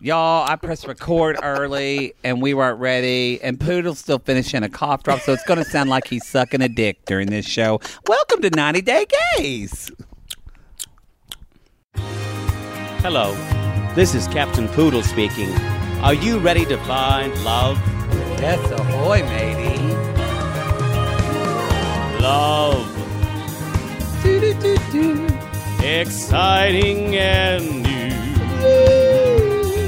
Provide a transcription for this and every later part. Y'all, I pressed record early and we weren't ready, and Poodle's still finishing a cough drop, so it's going to sound like he's sucking a dick during this show. Welcome to 90 Day Gays. Hello, this is Captain Poodle speaking. Are you ready to find love? Yes, ahoy, matey. Love. Exciting and new.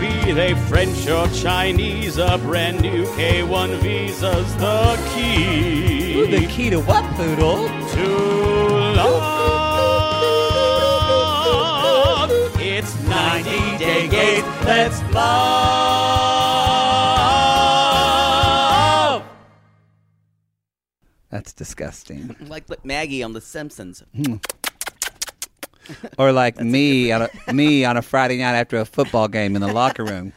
Be they French or Chinese, a brand new K1 visa's the key Ooh, the key to what, Poodle? to love. It's 90 Day Gate, let's love. That's disgusting. Like the- Maggie on The Simpsons. Or like me on a, me on a Friday night after a football game in the locker room.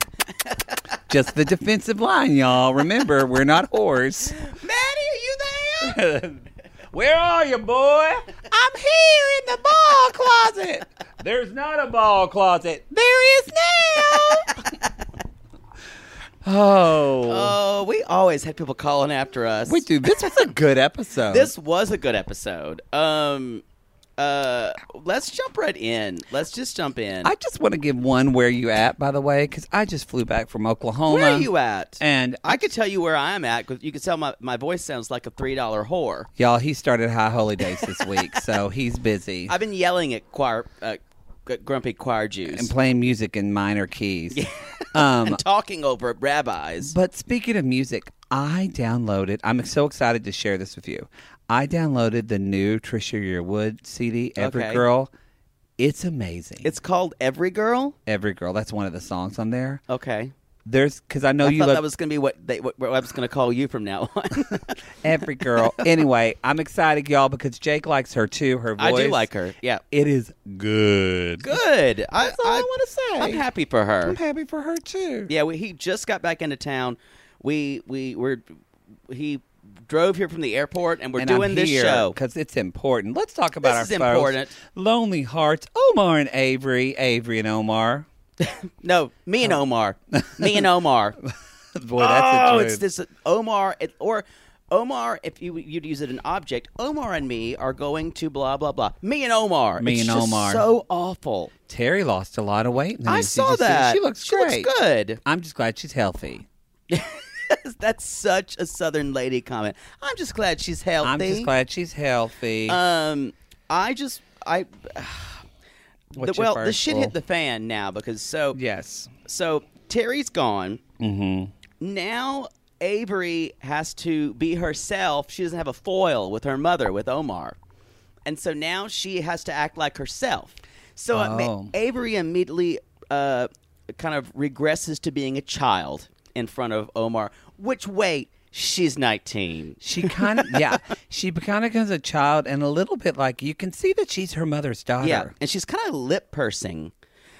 Just the defensive line, y'all. Remember, we're not whores. Maddie, are you there? Where are you, boy? I'm here in the ball closet. There's not a ball closet. There is now. oh, Oh, we always had people calling after us. we do. This was a good episode. This was a good episode. Um, uh, let's jump right in. Let's just jump in. I just want to give one where you at, by the way, because I just flew back from Oklahoma. where are you at? And I could tell you where I'm at because you can tell my, my voice sounds like a three dollar whore. Y'all, he started High Holy Days this week, so he's busy. I've been yelling at choir, uh, g- grumpy choir and Jews, playing music in minor keys. Um, and talking over at rabbis. But speaking of music, I downloaded. I'm so excited to share this with you. I downloaded the new Trisha Yearwood CD, Every Okay. Girl. It's amazing. It's called Every Girl. Every Girl. That's one of the songs on there. Okay. There's because I know I Oh, you thought love that was going to be what, they, what, what I was going to call you from now on. Every Girl. anyway, I'm excited, y'all, because Jake likes her too. Her voice. I do like her. Yeah. It is good. Good. That's all I wanna say. I'm happy for her. I'm happy for her too. Yeah, we, he just got back into town. We we were he drove here from the airport, and we're and doing I'm this here show. because it's important. Let's talk about This our is folks. important. Lonely Hearts, Omar and Avery, Avery and Omar. No, me and Omar, me and Omar. Boy, that's a oh, it's this Omar it, or Omar. If you you'd use it an object, Omar and me are going to blah blah blah. Me and Omar. Me It's and just Omar. So awful. Terry lost a lot of weight. in the I news. Did saw you see that. She looks She looks great. good. I'm just glad she's healthy. That's such a Southern lady comment. I'm just glad she's healthy. I'm just glad she's healthy. Um, I just I. What's the, your well, the first shit rule? hit the fan now because so yes. so Terry's gone. Mm-hmm. Now Avery has to be herself. She doesn't have a foil with her mother with Omar, and so now she has to act like herself. So it ma- Oh. Avery immediately uh, kind of regresses to being a child in front of Omar. Which wait, she's nineteen. She kind of yeah. She kind of becomes a child and a little bit like you can see that she's her mother's daughter. Yeah, and she's kind of lip pursing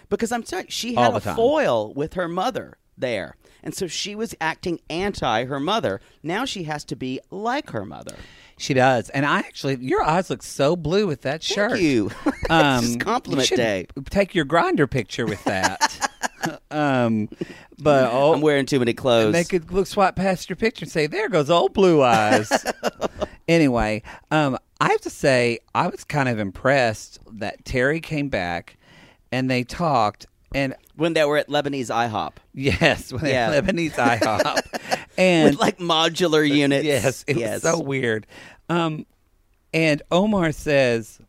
because I'm telling you, she All had the a time. foil with her mother there, and so she was acting anti her mother. Now she has to be like her mother. She does. And I actually, your eyes look so blue with that shirt. Um, you. It's just compliment you should day. Take your grinder picture with that. um, but oh, I'm wearing too many clothes. And they could look swipe past your picture and say, "There goes old blue eyes." anyway, um, I have to say I was kind of impressed that Terry came back, and they talked. And when they were at Lebanese IHOP yes, when Yeah. they Lebanese IHOP, and with like modular units. Yes, it was so weird. Um, and Omar says,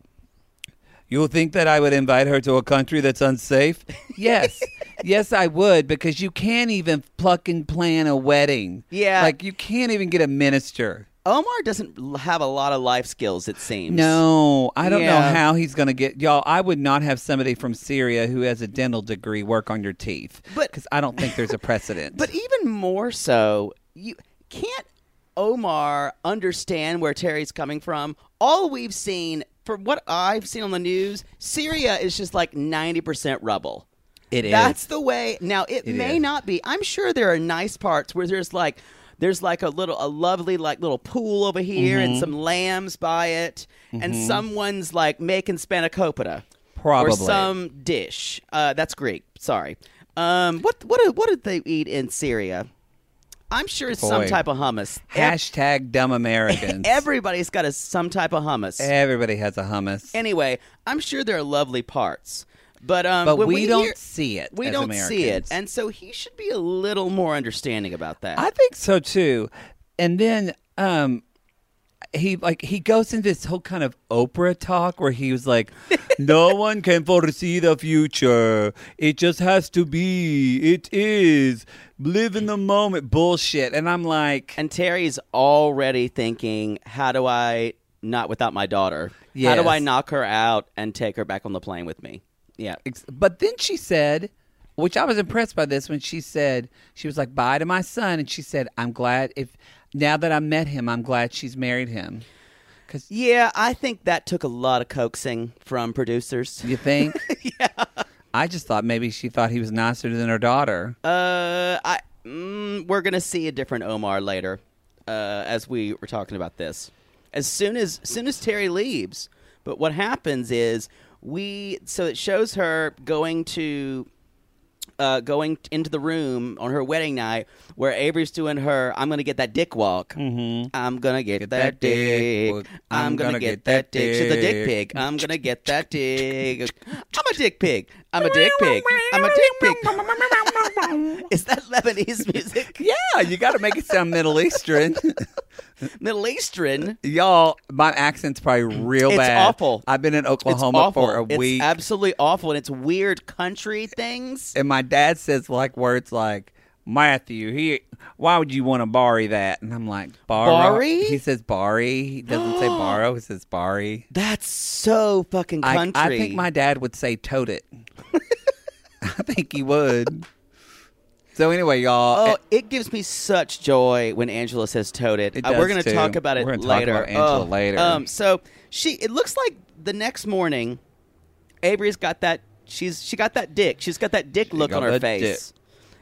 "You'll think that I would invite her to a country that's unsafe." Yes, yes, I would because you can't even pluck and plan a wedding. Yeah. like you can't even get a minister. Omar doesn't l- have a lot of life skills. It seems. No, I don't Yeah. know how he's going to get y'all. I would not have somebody from Syria who has a dental degree work on your teeth, But- because I don't think there's a precedent. But even more so, you can't Omar understand where Terry's coming from. All we've seen, for what I've seen on the news, Syria is just like 90% rubble. it is. That's the way. Now it, may is. not be. I'm sure there are nice parts where there's like there's like a little a lovely like little pool over here Mm-hmm. and some lambs by it and someone's like making spanakopita Probably. or some dish. Uh, that's Greek. Sorry. Um, what what do- what did they eat in Syria? I'm sure it's some Boy. type of hummus. Ev- hashtag dumb Americans. Everybody's got a some type of hummus. Everybody has a hummus. anyway, I'm sure there are lovely parts, but um, but we, when we don't hear- see it. we as don't see Americans. it and so he should be a little more understanding about that I think so too. And then um, he like he goes into this whole kind of Oprah talk where he was like, "No one can foresee the future. It just has to be. It is. Live in the moment." Bullshit. And I'm like, and terry's already thinking how do i not without my daughter how Yes. do i knock her out and take her back on the plane with me yeah Ex- But then she said, which I was impressed by this when she said she was like, "Bye to my son," and she said, "I'm glad if now that I met him, I'm glad she's married him." yeah i think that took a lot of coaxing from producers You think? yeah. I just thought maybe she thought he was nicer than her daughter. uh i mm, we're gonna see a different omar later uh as we were talking about this as soon as soon as terry leaves but what happens is we so it shows her going to uh, going t- into the room on her wedding night where Avery's doing her I'm gonna get that dick walk. Mm-hmm. I'm gonna get, that, that dick dick. walk. I'm, gonna, get, that dick. She's a dick pig. I'm gonna get that dick. I'm a dick pig. I'm a dick pig. I'm a dick pig. Is that Lebanese music? yeah, you got to make it sound Middle Eastern. Middle Eastern. Y'all, my accent's probably real It's bad. awful. I've been in It's Oklahoma awful. for a it's week, absolutely awful, and it's weird country things. and my dad says like words like Matthew. He, why would you want to borrow that? And I'm like, borrow. Barry? He says barry. He doesn't say borrow. He says barry. That's so fucking I, country. I think my dad would say tote it. I think he would. So anyway, y'all. eh, Oh, it gives me such joy when Angela says "tote it." It Uh, does, we're going to too. talk about it We're gonna talk later. about Angela Oh, later. Um, so she, it looks like the next morning, Avery's got that. She's she got that dick. She's got that dick look got on that her dick. face.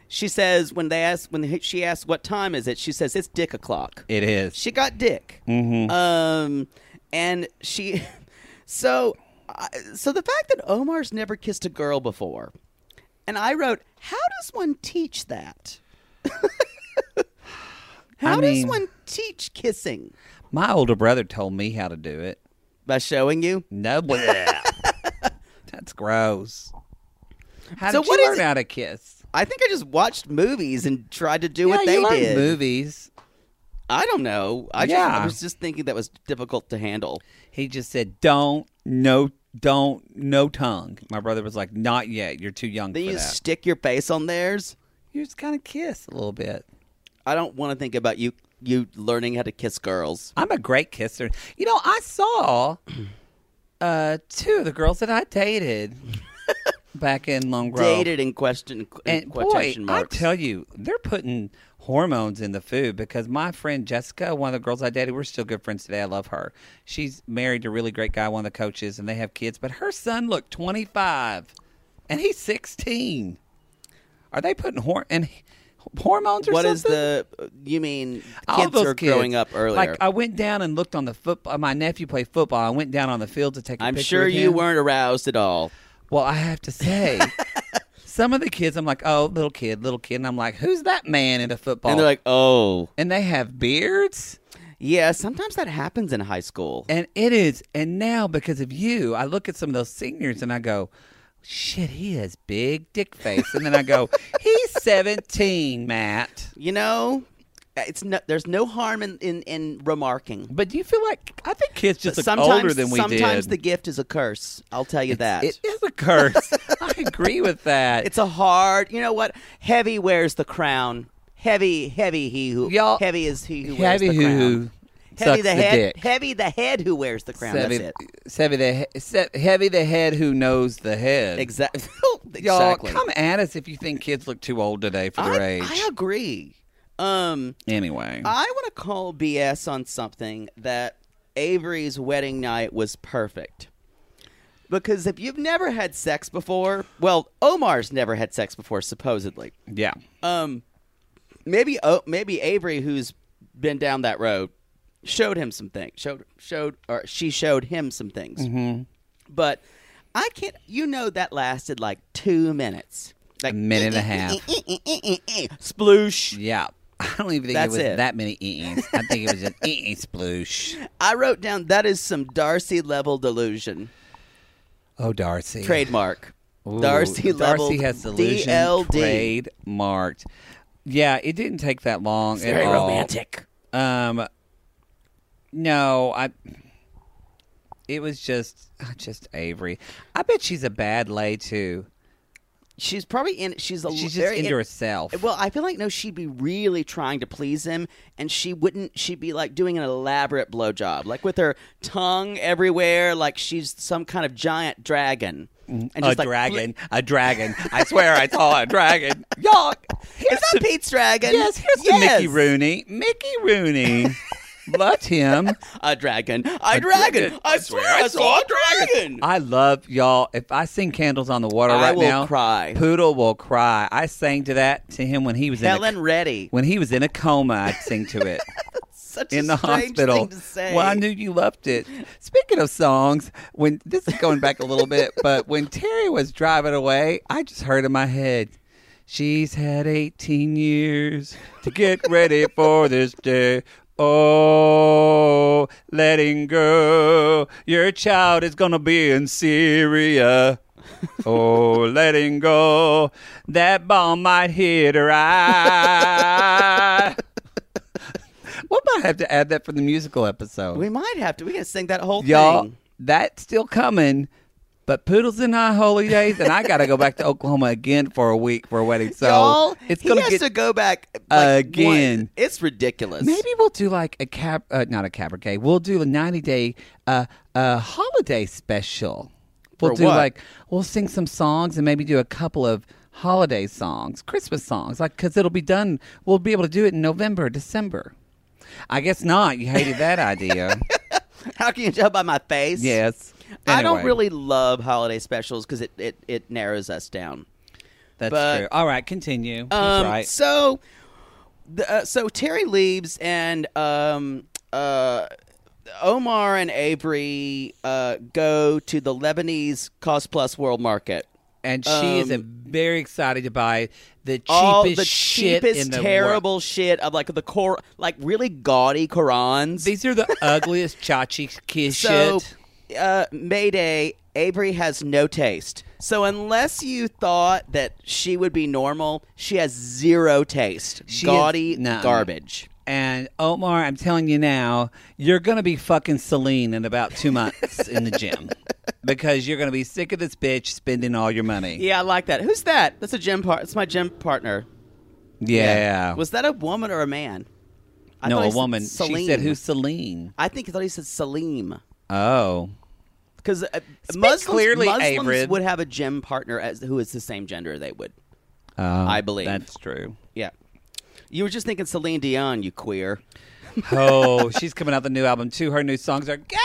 She says when they ask when he- she asks what time is it, she says it's dick o'clock. It is. She got dick. Mm-hmm. Um, and she, so, I so the fact that Omar's never kissed a girl before, and I wrote, how does one teach that? how does mean- one teach kissing? My older brother told me how to do it. By showing you. No, bleh. that's gross. How So did what you is learn it- how to kiss? I think I just watched movies and tried to do what yeah, they you learn did. movies. I don't know. I, just, I Yeah. was just thinking that was difficult to handle. He just said, "Don't, no, don't, no tongue." My brother was like, "Not yet. You're too young Then for you that." stick your face on theirs. you just kind of kiss a little bit. I don't want to think about you you learning how to kiss girls. I'm a great kisser. You know, I saw uh, two of the girls that I dated back in Lone Grove. dated in question in And boy, quotation I marks. tell you, they're putting hormones in the food because my friend Jessica, one of the girls I dated, we're still good friends today. I love her. She's married to a really great guy, one of the coaches, and they have kids. But her son looked 25, and he's 16. Are they putting hor- and h- hormones or what something? is the? You mean All kids those are kids. growing up earlier? Like I went down and looked on the football. My nephew played football. I went down on the field to take. a I'm picture sure with you him. weren't aroused at all. Well, I have to say, some of the kids, I'm like, oh, little kid, little kid. And I'm like, who's that man in a football? And they're like, oh. and they have beards. Yeah, sometimes that happens in high school. And it is. And now, because of you, I look at some of those seniors and I go, shit, he has big dick face. And then I go, he's 17, Matt. You know, it's no, there's no harm in, in, in remarking. But do you feel like, I think kids just But look sometimes, older than we sometimes did. the gift is a curse. I'll tell you that. it is a curse. I agree with that. it's a hard. You know what? Heavy wears the crown. Heavy, heavy he who. Y'all- heavy is he who wears heavy the who crown. sucks Heavy the the head. dick. Heavy the head who wears the crown. Heavy, That's heavy the he- se- heavy the head who knows the head. it. Exactly. Y'all, exactly. come at us if you think kids look too old today for their I, age. I agree. Um, anyway, I want to call BS on something that Avery's wedding night was perfect. Because if you've never had sex before, well, Omar's never had sex before, supposedly. yeah, Um, maybe oh, maybe Avery, who's been down that road, showed him some things. Showed showed or she showed him some things. Mm-hmm. But I can't. You know that lasted like two minutes. Like a minute and a half. sploosh. Yeah. I don't even think That's it was it. that many eans. I think it was just ee sploosh. I wrote down that is some Darcy level delusion. Oh, Darcy. Trademark. Ooh, Darcy level Darcy has delusion DLD. trademarked. Yeah, it didn't take that long at Very all. romantic. Um, no, I. It was just, oh, just Avery. I bet she's a bad lay too. She's probably in. She's a. She's just very into in- herself. Well, I feel like no, she'd be really trying to please him, and she wouldn't. She'd be like doing an elaborate blowjob, like with her tongue everywhere, like she's some kind of giant dragon. And Mm-hmm. a like, dragon, a dragon. I swear, I saw a dragon. Y'all, Is here's that some- Pete's dragon? Yes, here's the Yes. Mickey Rooney. Mickey Rooney. Loved him. A dragon. A, dragon. I swear I saw a dragon. I love y'all. If I sing Candles on the Water I right will now, cry. Poodle will cry. I sang to that to him when he was in Helen a, Reddy. when he was in a coma. I'd sing to it Such in a the strange hospital. thing to say. Well, I knew you loved it. Speaking of songs, when this is going back a little bit, but when Terry was driving away, I just heard in my head, "She's had 18 years to get ready for this day." Oh, letting go. Your child is gonna be in Syria. Oh, letting go. That bomb might hit her eye. We'll might have to add that for the musical episode. We might have to. We gotta sing that whole Y'all, thing. that's still coming. But Poodle's in High Holy Days, and I got to go back to Oklahoma again for a week for a wedding. So Y'all, it's he going has get. to go back like, Again. once. It's ridiculous. maybe we'll do like a cap, uh, not a cabaret. We'll do a ninety day, uh, uh, holiday special. We'll For do what? like we'll sing some songs and maybe do a couple of holiday songs, Christmas songs, like because it'll be done. We'll be able to do it in November, December. I guess not. You hated that idea. How can you tell by my face? Yes. I don't Anyway, really love holiday specials because it, it, it narrows us down. That's but- true. All right, continue. He's Um, right. So, the, uh, so Terry leaves, and um, uh, Omar and Avery uh, go to the Lebanese Cost Plus World Market. and she is uh, very excited to buy the cheapest um, All the shit cheapest, in the terrible world. shit of like the core, like really gaudy Korans. These are the ugliest chachi kiss So, shit. uh, Mayday, Avery has no taste. So unless you thought that she would be normal, she has zero taste. She is- Gaudy no. garbage. And Omar, I'm telling you now, you're gonna be fucking Celine in about two months in the gym because you're gonna be sick of this bitch spending all your money. Yeah, I like that. Who's that? That's a gym part. It's my gym partner. Yeah. Was that a woman or a man? I no, thought a he said woman. She Salim. said, "Who's Celine?" I think I thought he said Salim. Oh, Because uh, Muslims, clearly, Muslims Avery. would have a gym partner as who is the same gender they would. oh, I believe. that's true. Yeah. You were just thinking Celine Dion, you queer. Oh, she's coming out the new album too. Her new songs are good.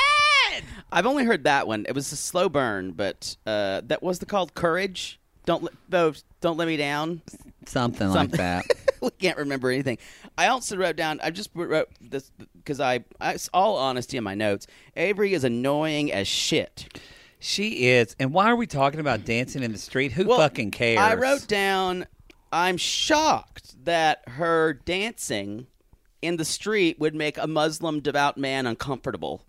I've only heard that one. It was a slow burn, but uh, that was the called Courage. Don't let though. Don't let me down. Something, Something. like that. we can't remember anything. I also wrote down. I just wrote this because I, I. It's all honesty in my notes. Avery is annoying as shit. She is. And why are we talking about dancing in the street? Who Well, fucking cares? I wrote down. I'm shocked that her dancing in the street would make a Muslim devout man uncomfortable,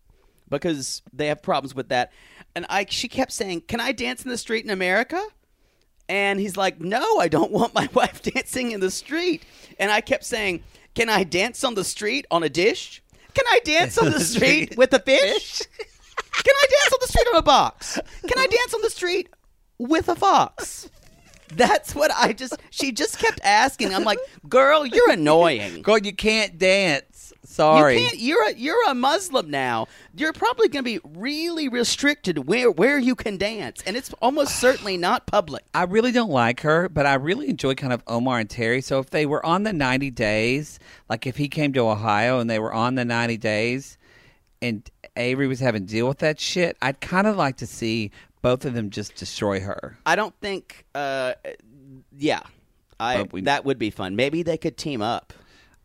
because they have problems with that. And I, she kept saying, "Can I dance in the street in America?" And he's like, "No, I don't want my wife dancing in the street." And I kept saying, "Can I dance on the street on a dish? Can I dance on the street with a fish? Can I dance on the street on a box? Can I dance on the street with a fox?" That's what I just. She just kept asking. I'm like, "Girl, you're annoying." Girl, you can't dance. Sorry. You can't. You're a you're a Muslim now. You're probably going to be really restricted where where you can dance, and it's almost certainly not public. I really don't like her, but I really enjoy kind of Omar and Terry. So if they were on the 90 days, like if he came to Ohio and they were on the 90 days and Avery was having to deal with that shit, I'd kind of like to see both of them just destroy her. I don't think. Uh, yeah, I But we- that would be fun. Maybe they could team up.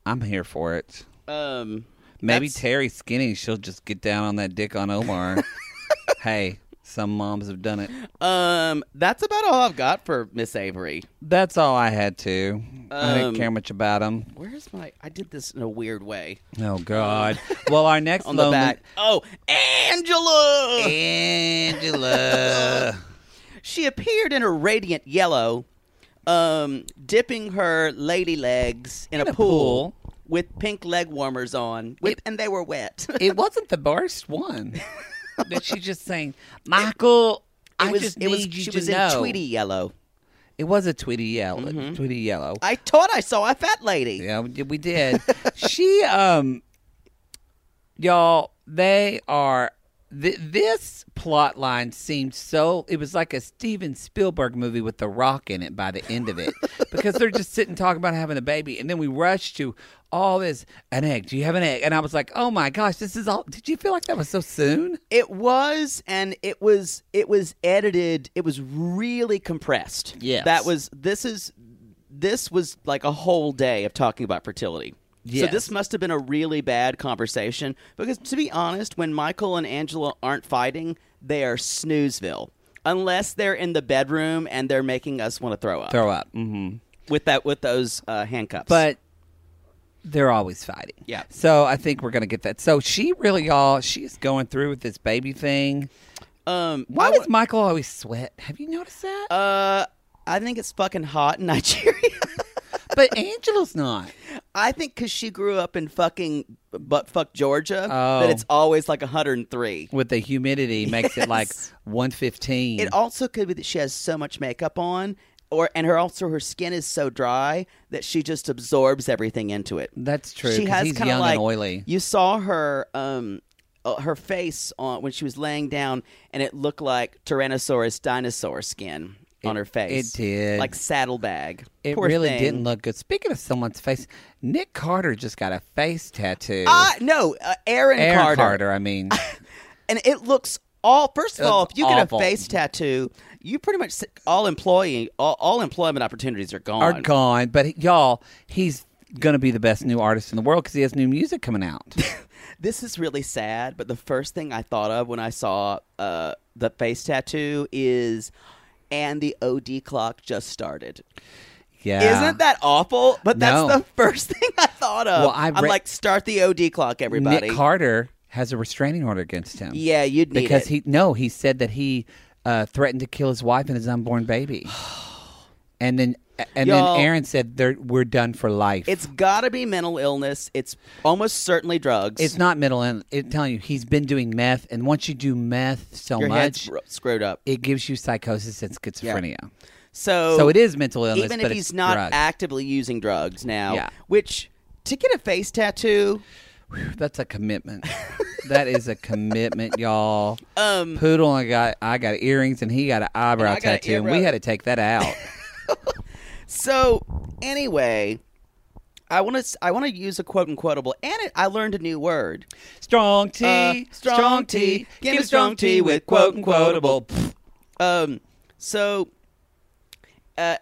I'm here for it. Um, Maybe that's- Terry skinny, she'll just get down on that dick on Omar. hey, some moms have done it. um, that's about all I've got for Miss Avery. That's all I had to. I Um, didn't care much about him. Where's my? I did this in a weird way Oh God. Well, our next on the lonely- back. Oh, Angela. Eh. Angela. She appeared in a radiant yellow, um, dipping her lady legs in, a, pool, with pink leg warmers on, with, and they were wet. it wasn't the worst one. But she's just saying, Michael, I just need it was, you she to was know. in Tweety Mm-hmm. yellow. It was a Tweety yellow. Tweety yellow. I thought I saw a fat lady. yeah, we did- we did. she, um, y'all, they are. Th- this plot line seemed so. It was like a Steven Spielberg movie with The Rock in it by the end of it, because they're just sitting talking about having a baby, and then we rush to all this. An egg? Do you have an egg? And I was like, oh my gosh, this is all. Did you feel like that was so soon? It was, and it was, it was edited. It was really compressed. Yes. that was. This is, this was like a whole day of talking about fertility. Yes. So this must have been a really bad conversation because, to be honest, when Michael and Angela aren't fighting, they are snoozeville. Unless they're in the bedroom and they're making us want to throw up Throw up. Mm-hmm. with that with those uh, handcuffs. but they're always fighting. Yeah. So I think we're gonna get that. So she really, y'all, she's going through with this baby thing. um, Why I does Michael always sweat? Have you noticed that? Uh, I think it's fucking hot in Nigeria. but Angela's not. I think because she grew up in fucking butt fuck Georgia, that Oh. it's always like 103. With the humidity makes it like one fifteen. It also could be that she has so much makeup on, or and her also her skin is so dry that she just absorbs everything into it. That's true. She 'cause has he's kinda young like, and oily. You saw her, um, uh, her face on when she was laying down, and it looked like Tyrannosaurus dinosaur skin on her face. it did. like saddlebag. It Poor really thing. didn't look good. Speaking of someone's face, Nick Carter just got a face tattoo. Uh, no, uh, Aaron, Aaron Carter. Carter. I mean, and it looks all. First of all, if looks you awful. get a face tattoo, you pretty much all employee all, all employment opportunities are gone. are gone. But y'all, he's gonna be the best new artist in the world because he has new music coming out. This is really sad. But the first thing I thought of when I saw uh, the face tattoo is, and the OD clock just started. Yeah. Isn't that awful? But that's No. the first thing I thought of. Well, I am re- like, start the OD clock, everybody. Nick Carter has a restraining order against him. yeah, you'd need because it. he no, he said that he uh, threatened to kill his wife and his unborn baby, and then and Y'all- then Aaron said They're, we're done for life. It's got to be mental illness. It's almost certainly drugs. it's not mental. And it, telling you he's been doing meth, and once you do meth so your head's much, r- screwed up. it gives you psychosis and schizophrenia. So, So it is mental illness, Even but if it's he's not drugs. actively using drugs now, Yeah. which to get a face tattoo, That's a commitment. that is a commitment, y'all. Um, Poodle, I got I got earrings, and he got an eyebrow And I got an tattoo, and we earring. had to take that out. So anyway, I want to I want to use a quote and quotable, and it, I learned a new word. Strong tea, Uh, strong tea. Give me strong tea with quote and quotable. Um, so uh,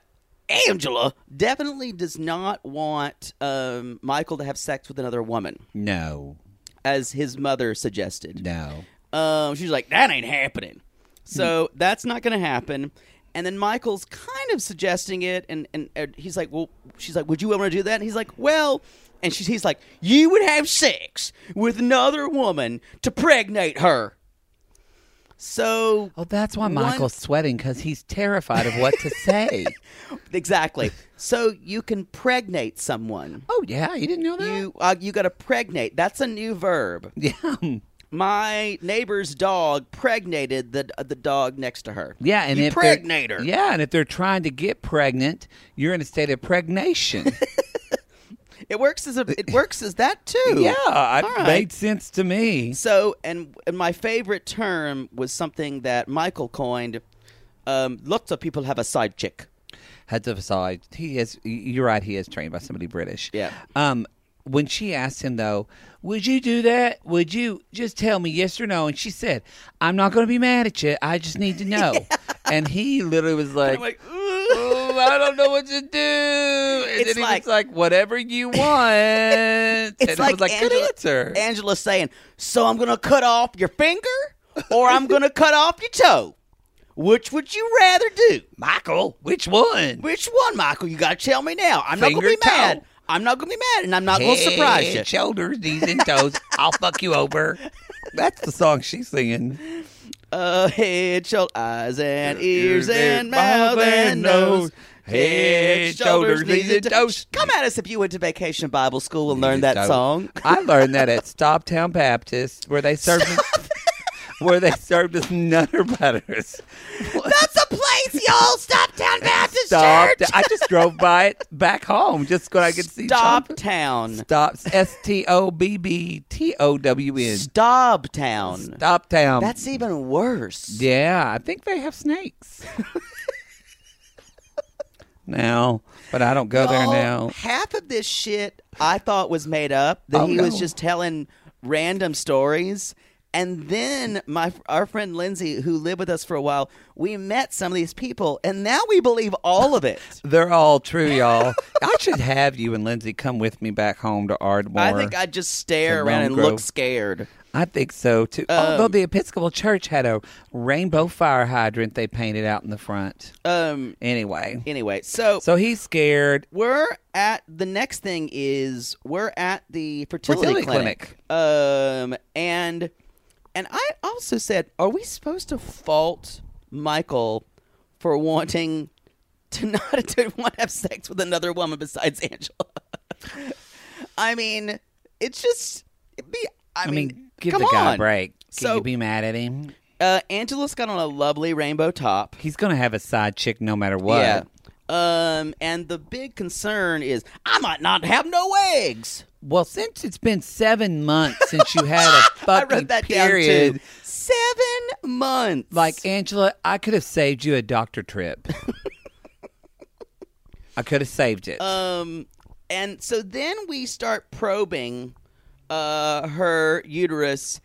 Angela definitely does not want um, Michael to have sex with another woman, No, as his mother suggested. no. Hmm. Um, she's like, that ain't happening. So that's not going to happen. And then Michael's kind of suggesting it, and, and, and he's like, "Well," she's like, "Would you want to do that?" And he's like, "Well," and she's he's like, "You would have sex with another woman to pregnate her." So Oh, that's why One- Michael's sweating because he's terrified of what to say. exactly, so you can pregnate someone. oh yeah, you didn't know that. You uh, you got to pregnate. That's a new verb. yeah, My neighbor's dog pregnated the the dog next to her. yeah, and you if they're- pregnate her. Yeah, and if they're trying to get pregnant, you're in a state of pregnation. It works as a it works as that too. yeah, it All right. made sense to me. So and, and my favorite term was something that Michael coined. Um, lots of people have a side chick. had to decide. He is. You're right. He is trained by somebody British. Yeah. Um. When she asked him though, would you do that? Would you just tell me yes or no? And she said, "I'm not going to be mad at you. I just need to know." And he literally was like, like, "Ooh, I don't know what to do." And It's then he like- was like, "Whatever you want." and I was like, "Good answer." Angela's saying, "So I'm gonna cut off your finger, or I'm gonna cut off your toe. Which would you rather do? Michael, which one? Which one, Michael? You gotta tell me now. I'm not Finger, gonna be mad. toe. I'm not gonna be mad, and I'm not gonna surprise you. Head, Shoulders, knees, and toes. I'll fuck you over. That's the song she's singing. Uh, head, shoulders, eyes, and ears, and mouth, and nose. Head, shoulders, knees, and toes. Come at us if you went to vacation Bible school and learned that So, song. I learned that at Stoptown Baptist, where they served where they served us nutter butters. That's a place, y'all. Stop Town Baptist Stop! Church. I just drove by it back home, just so I could see. Stop Stop. Town. Stops. S T O B B T O W N. Stop Town. Stoptown. That's even worse. yeah. I think they have snakes. now, but I don't go there Y'all, now. Half of this shit I thought was made up. That Oh, he was no. just telling random stories. And then my our friend Lindsay, who lived with us for a while, we met some of these people, and now we believe all of it. They're all true, y'all. I should have you and Lindsay come with me back home to Ardmore. I think I'd just stare Brown around and Grove. look scared. I think so too. Um, Although the Episcopal Church had a rainbow fire hydrant they painted out in the front. Um. Anyway, Anyway, so, so he's scared. we're at the next thing is we're at the fertility, Fertility clinic. Um. And and I also said, are we supposed to fault Michael for wanting to not to want to have sex with another woman besides Angela? I mean, it's just it'd be. I, I mean, mean, give come the guy on. a break. Can So- you be mad at him? Uh, Angela's got on a lovely rainbow top. He's gonna have a side chick no matter what. Yeah. Um, and the big concern is I might not have no eggs. Well, since it's been seven months since you had a fucking I wrote that period, down too. Seven months. like Angela, I could have saved you a doctor trip. I could have saved it. um, and so then we start probing, uh, her uterus,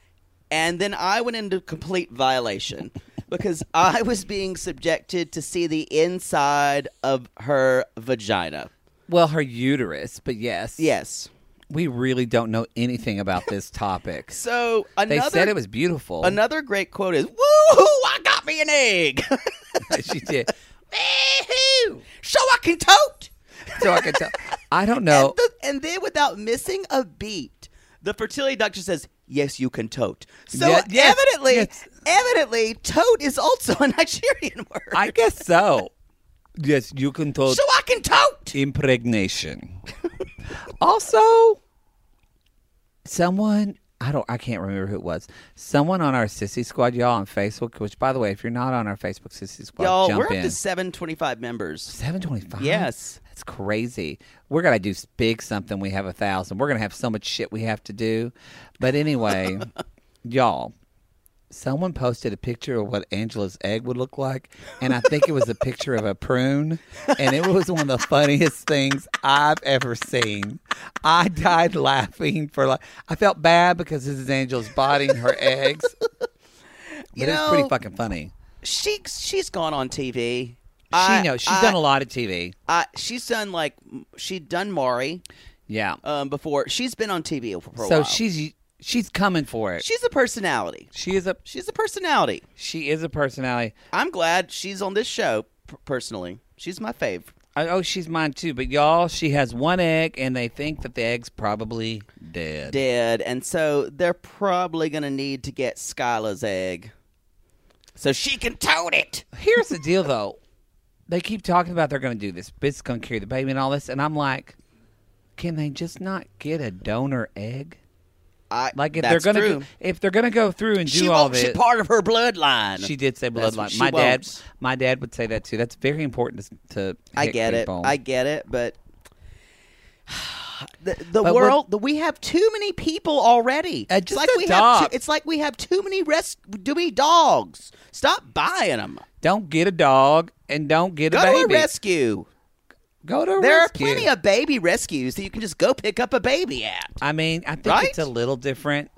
and then I went into complete violation because I was being subjected to see the inside of her vagina. well, her uterus, but yes, Yes. we really don't know anything about this topic. So They another said it was beautiful. another great quote is "Woo! I got me an egg." she did. Woo-hoo! So I can tote. So I can tell. I don't know. And, the- and then, without missing a beat, the fertility doctor says, "Yes, you can tote." So Yeah, yes, evidently, yes. evidently, tote is also a Nigerian word. I guess so. Yes, you can tell so I can tote. impregnation. also, someone I don't I can't remember who it was. Someone on our sissy squad, y'all on Facebook. Which, by the way, if you're not on our Facebook sissy squad, Y'all, jump we're up in. to seven twenty-five members. Seven twenty-five. Yes. that's crazy. We're gonna do big something. We have a thousand. We're gonna have so much shit we have to do. But anyway, y'all, someone posted a picture of what Angela's egg would look like, and I think it was a picture of a prune, and it was one of the funniest things I've ever seen. I died laughing for like I felt bad because this is Angela's body and her eggs. But You it's pretty know, fucking funny. She she's gone on TV. She knows she's done a lot of TV. I, she's done like she'd done Maury Yeah. um, before. She's been on TV for a so while. she's She's coming for it. She's a personality. She is a She's a personality. she is a personality. I'm glad she's on this show p- personally. She's my fave. I, oh, she's mine too. But y'all, she has one egg, and they think that the egg's probably dead. Dead. And so they're probably going to need to get Skyla's egg so she can tote it. Here's the deal, though. They keep talking about they're going to do this. Bitch going to carry the baby and all this, and I'm like, can they just not get a donor egg? I, Like if that's they're going true. to if they're going to go through and do she all won't, this, She's part of her bloodline. She did say That's- bloodline. she My dad, won't. my dad would say that too. That's very important to. to I hit get it. people. I get it, but the, the But world the, we have too many people already. Uh, it's just like a we dog. have too, it's like we have too many res- too many dogs. Stop buying them. don't get a dog and don't get Go a to a baby. rescue. go to a There rescue. are plenty of baby rescues that you can just go pick up a baby at. I mean, I think Right? it's a little different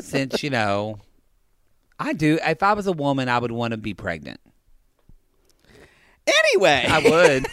since you know. I do. If I was a woman, I would want to be pregnant. Anyway, I would.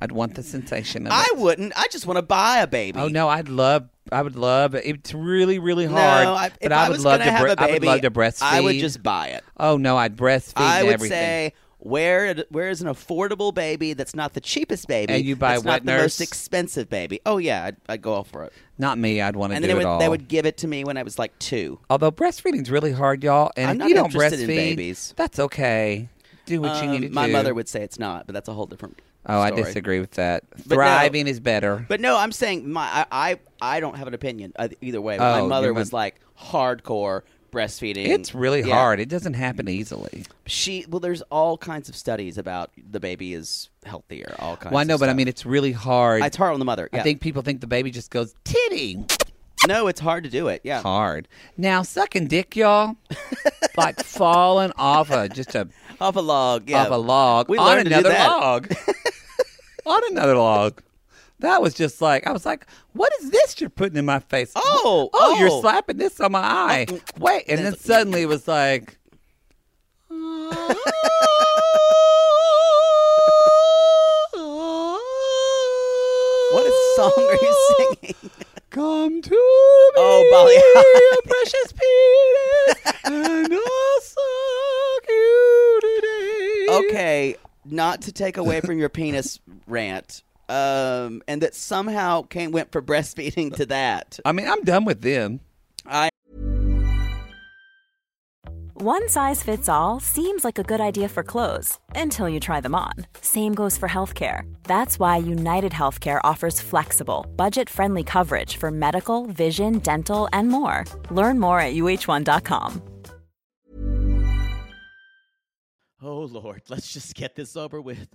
I'd want the sensation of I it. wouldn't. I just want to buy a baby. Oh no, I'd love. I would love. It's really, really No, hard. I, but if I I, would was love gonna to. have bre- a baby, I would love to breastfeed. I would just buy it. Oh no, I'd breastfeed. I and would everything. say where where is an affordable baby that's not the cheapest baby And you buy that's wet not the nurse? most expensive baby. Oh yeah, I'd, I'd go all for it. Not me. I'd want to And do then they it all. would, they would give it to me when I was like two. Although breastfeeding's really hard, y'all, and I'm if not you don't interested breastfeed, in babies. that's okay. Do what you Um, need to my do. mother would say it's not, but that's a whole different. Oh, I story. disagree with that. no- Thriving is better. But no, I'm saying my I I, I don't have an opinion uh, either way. Oh, my mother your was mo- like hardcore breastfeeding. it's really Yeah. hard. It doesn't happen easily. She well, there's all kinds of studies about the baby is healthier. All kinds. Well, I of know, but I stuff. mean, it's really hard. it's hard on the mother. I yeah. think people think the baby just goes titty no, it's hard to do it. Yeah, hard. Now sucking dick, y'all, like falling off a just a off a log. Yeah, off a log We on learned to do another that. log on another log. That was just like I was like, "What is this you're putting in my face? Oh, oh, you're oh. Uh, mm, slapping this on my eye. Wait!" And then suddenly it was like, What a song are you singing? Come to me, Oh, Bali- your precious penis, and I'll suck you today. okay, not to take away from your penis rant, um, and that somehow came went for breastfeeding to that. I mean, I'm done with them. I One size fits all seems like a good idea for clothes until you try them on. Same goes for healthcare. That's why United Healthcare offers flexible, budget friendly coverage for medical, vision, dental, and more. Learn more at uh1.com. oh Lord, let's just get this over with.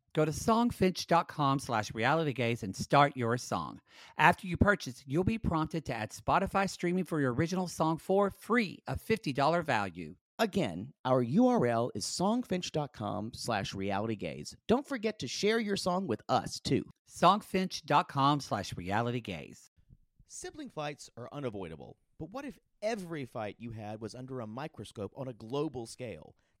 Go to songfinch.com slash realitygaze and start your song. After you purchase, you'll be prompted to add Spotify streaming for your original song for free, a $50 value. Again, our URL is songfinch.com slash realitygaze. Don't forget to share your song with us, too. Songfinch.com slash realitygaze. Sibling fights are unavoidable, but what if every fight you had was under a microscope on a global scale?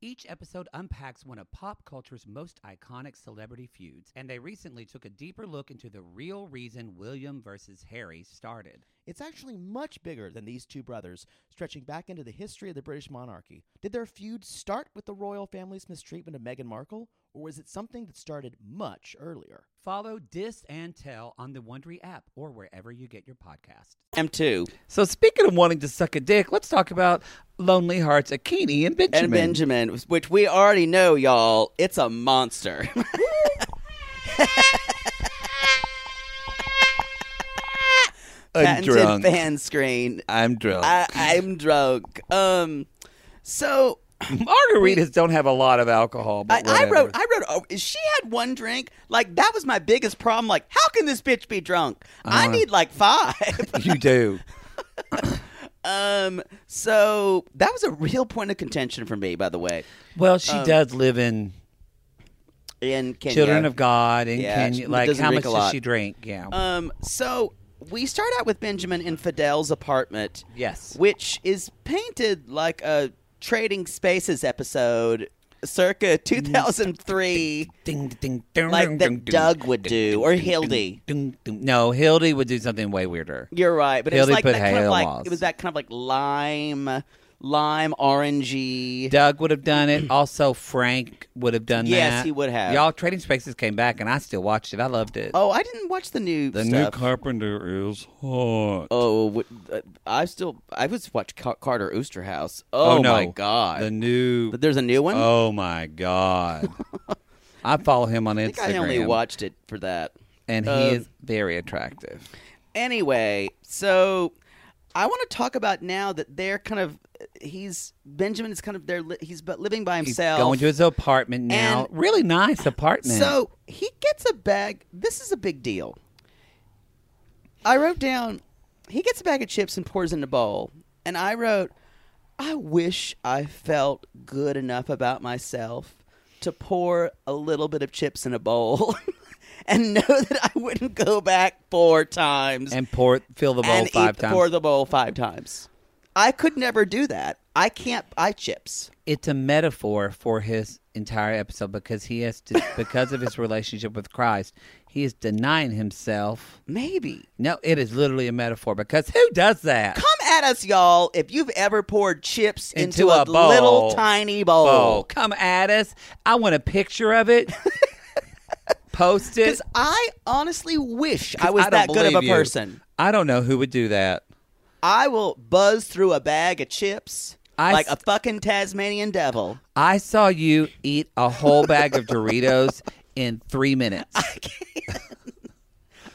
Each episode unpacks one of pop culture's most iconic celebrity feuds, and they recently took a deeper look into the real reason William versus Harry started. It's actually much bigger than these two brothers, stretching back into the history of the British monarchy. Did their feud start with the royal family's mistreatment of Meghan Markle, or was it something that started much earlier? Follow Dis and Tell on the Wondery app or wherever you get your podcast. M2. So speaking of wanting to suck a dick, let's talk about Lonely Hearts Akini and Benjamin. And Benjamin, which we already know, y'all, it's a monster. I'm Patented drunk. Oh. fan screen. I'm drunk. I, I'm drunk. Um, so Margaritas don't have a lot of alcohol. I, But I whatever. wrote, I wrote. Oh, she had one drink. Like that was my biggest problem. Like, how can this bitch be drunk? I Uh-huh. need like five. you do. um, so that was a real point of contention for me, by the way. Well, Um, she does live in In Kenya, Children of God and Yeah, can she you like doesn't how drink much a does lot. she drink? Yeah. Um, so we start out with Benjamin in Fidel's apartment. Yes. Which is painted like a Trading Spaces episode circa Mm. 2003, ding, ding, ding, like that Doug would do, or Hildy. Ding, ding. No, Hildy would do something way weirder. You're right, but it was Hildy like put that hay kind of on like walls. it was that kind of like lime, lime orangey. Doug would have done it. Also, Frank would have done that. Yes, he would have. Y'all, Trading Spaces came back, and I still watched it. I loved it. oh, I didn't watch the new the new stuff. carpenter is hot. Oh, w- uh, I still I was watch Ca- Carter Oosterhouse. Oh, Oh, no. my god! The new. There's a new one. Oh my god. I follow him on I Instagram. think I only watched it for that. and he uh, is very attractive. Anyway, so I want to talk about now that they're kind of he's Benjamin is kind of there. He's but living by He's himself. going to his apartment now. And- Really nice apartment. So he gets a bag. This is a big deal. I wrote down he gets a bag of chips and pours in a bowl, and I wrote, I wish I felt good enough about myself to pour a little bit of chips in a bowl. And know that I wouldn't go back four times and pour fill the bowl and five eat, times. pour the bowl five times. I could never do that. I can't. I chips. it's a metaphor for his entire episode because he has to because of his relationship with Christ, he is denying himself. Maybe. No, it is literally a metaphor because who does that? Come at us, y'all, if you've ever poured chips into, Into a, a bowl. little tiny bowl. Oh, come at us. I want a picture of it. Post it. Because I honestly wish I was don't that good of a believe you. person. I don't know who would do that. I will buzz through a bag of chips I like s- a fucking Tasmanian devil. I saw you eat a whole bag of Doritos in three minutes.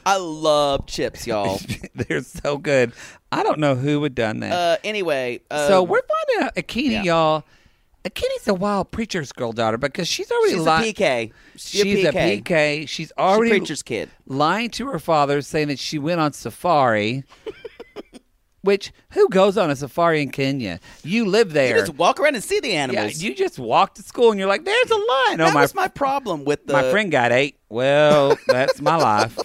I love chips, y'all. They're so good. I don't know who would done that. uh, anyway, uh, So we're finding out Akini, y'all. Akini's a wild preacher's girl daughter because she's already she's a lying. PK. She's, She's a a PK. PK. She's already preacher's kid. lying to her father, saying that she went on safari Which who goes on a safari in Kenya? You live there. You just walk around and see the yeah, animals. you just walk to school and you're like, "There's a lion." that oh my! uh, was my problem with the my friend got eight. Well, that's my life.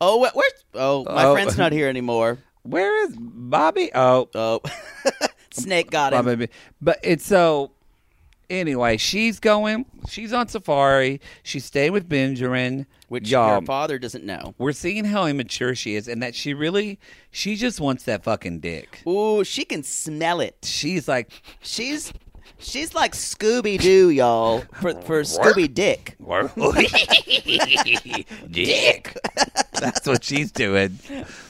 Oh, wh- where's oh my Oh. friend's not here anymore. Where is Bobby? Oh, Oh, snake got him. Bobby. But it's so. Anyway, she's going. She's on safari. She's staying with Benjamin. Which y'all, your father doesn't know. we're seeing how immature she is, and that she really, she just wants that fucking dick. Ooh, she can smell it. She's like, She's she's like Scooby Doo, y'all, for for Scooby Dick. dick. That's what she's doing.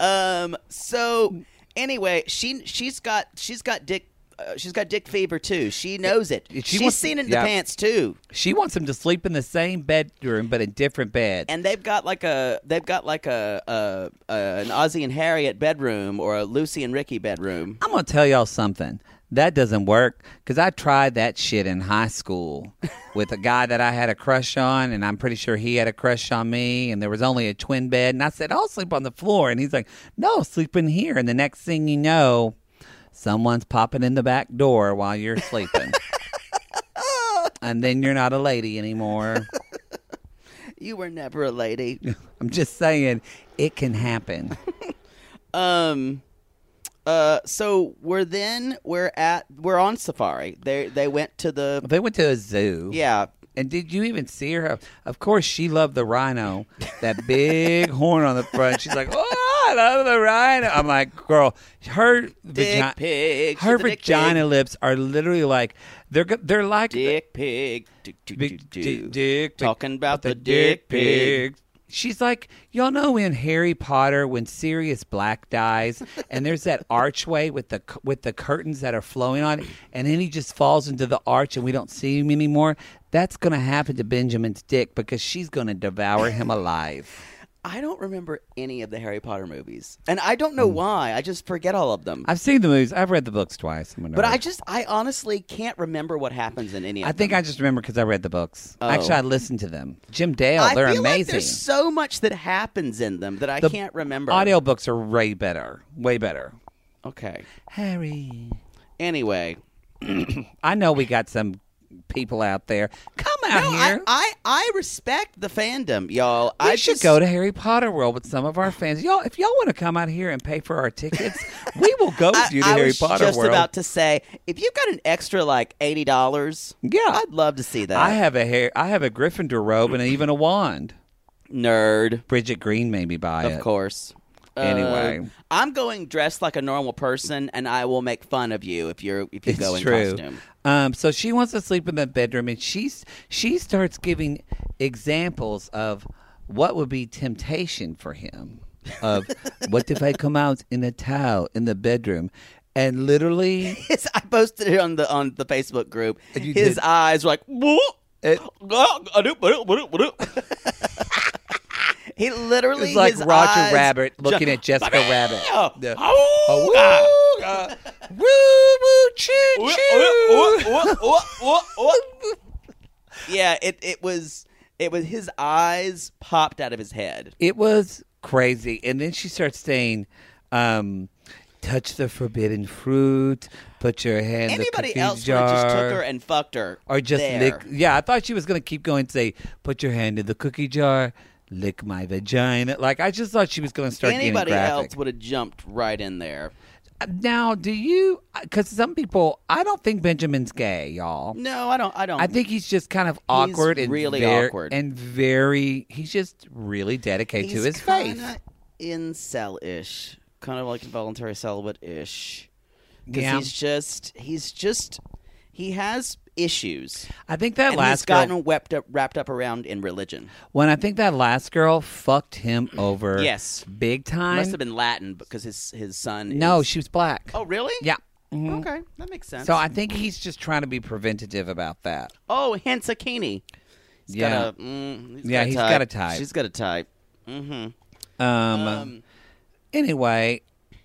Um. So anyway, she she's got she's got dick. Uh, she's got dick fever too. She knows it. She She's wants- seen it in yeah. the pants too. She wants him to sleep in the same bedroom, but in different bed. And they've got like a they've got like a, a, a an Ozzy and Harriet bedroom or a Lucy and Ricky bedroom. I'm gonna tell y'all something. That doesn't work because I tried that shit in high school with a guy that I had a crush on, and I'm pretty sure he had a crush on me. And there was only a twin bed, and I said, "I'll sleep on the floor," and he's like, "No, sleep in here." And the next thing you know, someone's popping in the back door while you're sleeping, and then you're not a lady anymore. You were never a lady. I'm just saying, it can happen. Um. Uh. So we're then we're at we're on safari. They they went to the They went to a zoo. yeah. And did you even see her? Of course, she loved the rhino, that big horn on the front. She's like, "Oh, I love the rhino." I'm like, "Girl, her vagi- pig. her She's a dick vagina pig. lips are literally like they're go- they're like Dick pig. Do, do, do, big do. dick, dick Talking about the dick pig. She's like, y'all know in Harry Potter when Sirius Black dies, and there's that archway with the with the curtains that are flowing on, it, and then he just falls into the arch, and we don't see him anymore. That's gonna happen to Benjamin's dick because she's gonna devour him alive. I don't remember any of the Harry Potter movies, and I don't know Mm. why. I just forget all of them. I've seen the movies. I've read the books twice. I'm a but nerd. I just, I honestly can't remember what happens in any. Of I think I just remember because I read the books. Actually, I listened to them. Jim Dale, Oh. I they're feel amazing. like there's so much that happens in them that I The can't remember. Audiobooks are way better. Way better. Okay. Harry. Anyway, I know we got some people out there. Come out No, I, here. I I respect the fandom, y'all. we I should just, go to Harry Potter World with some of our fans. Y'all, if y'all want to come out here and pay for our tickets, we will go I, with you to I Harry was Potter just World. about to say, if you've got an extra like eighty dollars, Yeah. I'd love to see that. I have a hair. I have a Gryffindor robe and even a wand. nerd, Bridget Green made me buy it. of course. Anyway. Uh, I'm going dressed like a normal person, and I will make fun of you if you're if you It's go in true. costume. Um, so she wants to sleep in the bedroom, and she's she starts giving examples of what would be temptation for him. Of what if I come out in a towel in the bedroom, and literally His, I posted it on the on the Facebook group. you His did. eyes were like, "Whoa." It- he literally it's like his Roger eyes Rabbit looking at Jessica Rabbit. Oh, Yeah. oh, Awooga. Woo woo choo choo. yeah, it it was it was his eyes popped out of his head. It was crazy, and then she starts saying, um, "Touch the forbidden fruit. Put your hand in the Anybody cookie else would jar." have just took her and fucked her, or just there. lick. Yeah, I thought she was gonna keep going. and Say, put your hand in the cookie jar, lick my vagina. Like I just thought she was gonna start Anybody getting else graphic. would have jumped right in there. now, do you? Because some people, I don't think Benjamin's gay, y'all. No, I don't. I don't. I think he's just kind of awkward and really ver- awkward. and very. He's just really dedicated to his faith. Incel ish, kind of like involuntary celibate ish. Because Yeah. he's just he's just he has issues. I think that and he's last girl. gotten wept up, wrapped up around in religion. when I think that last girl fucked him over. Yes. big time. Must have been Latin because his his son. no, is- she was black. Oh, really? yeah. Mm-hmm. Okay, that makes sense. So I think he's just trying to be preventative about that. oh, hence Akini. He's Yeah. Got a, mm, he's Yeah, got a he's type. got a type. She's got a type. Um, anyway,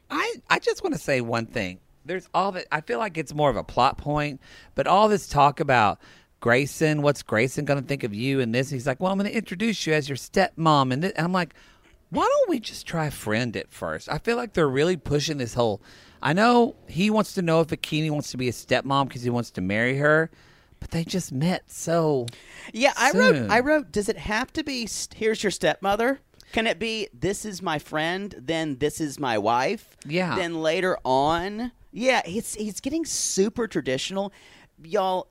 I I just want to say one thing. There's all that I feel like it's more of a plot point, but all this talk about Grayson, what's Grayson going to think of you and this? He's like, "Well, I'm going to introduce you as your stepmom." And, thi- and I'm like, Why don't we just try friend at first? I feel like they're really pushing this whole. I know he wants to know if Bikini wants to be a stepmom because he wants to marry her, but they just met, so Yeah, I wrote. Soon. I wrote. Does it have to be? st- Here's your stepmother. Can it be? This is my friend. Then this is my wife. Yeah. Then later on. Yeah, he's he's getting super traditional, y'all.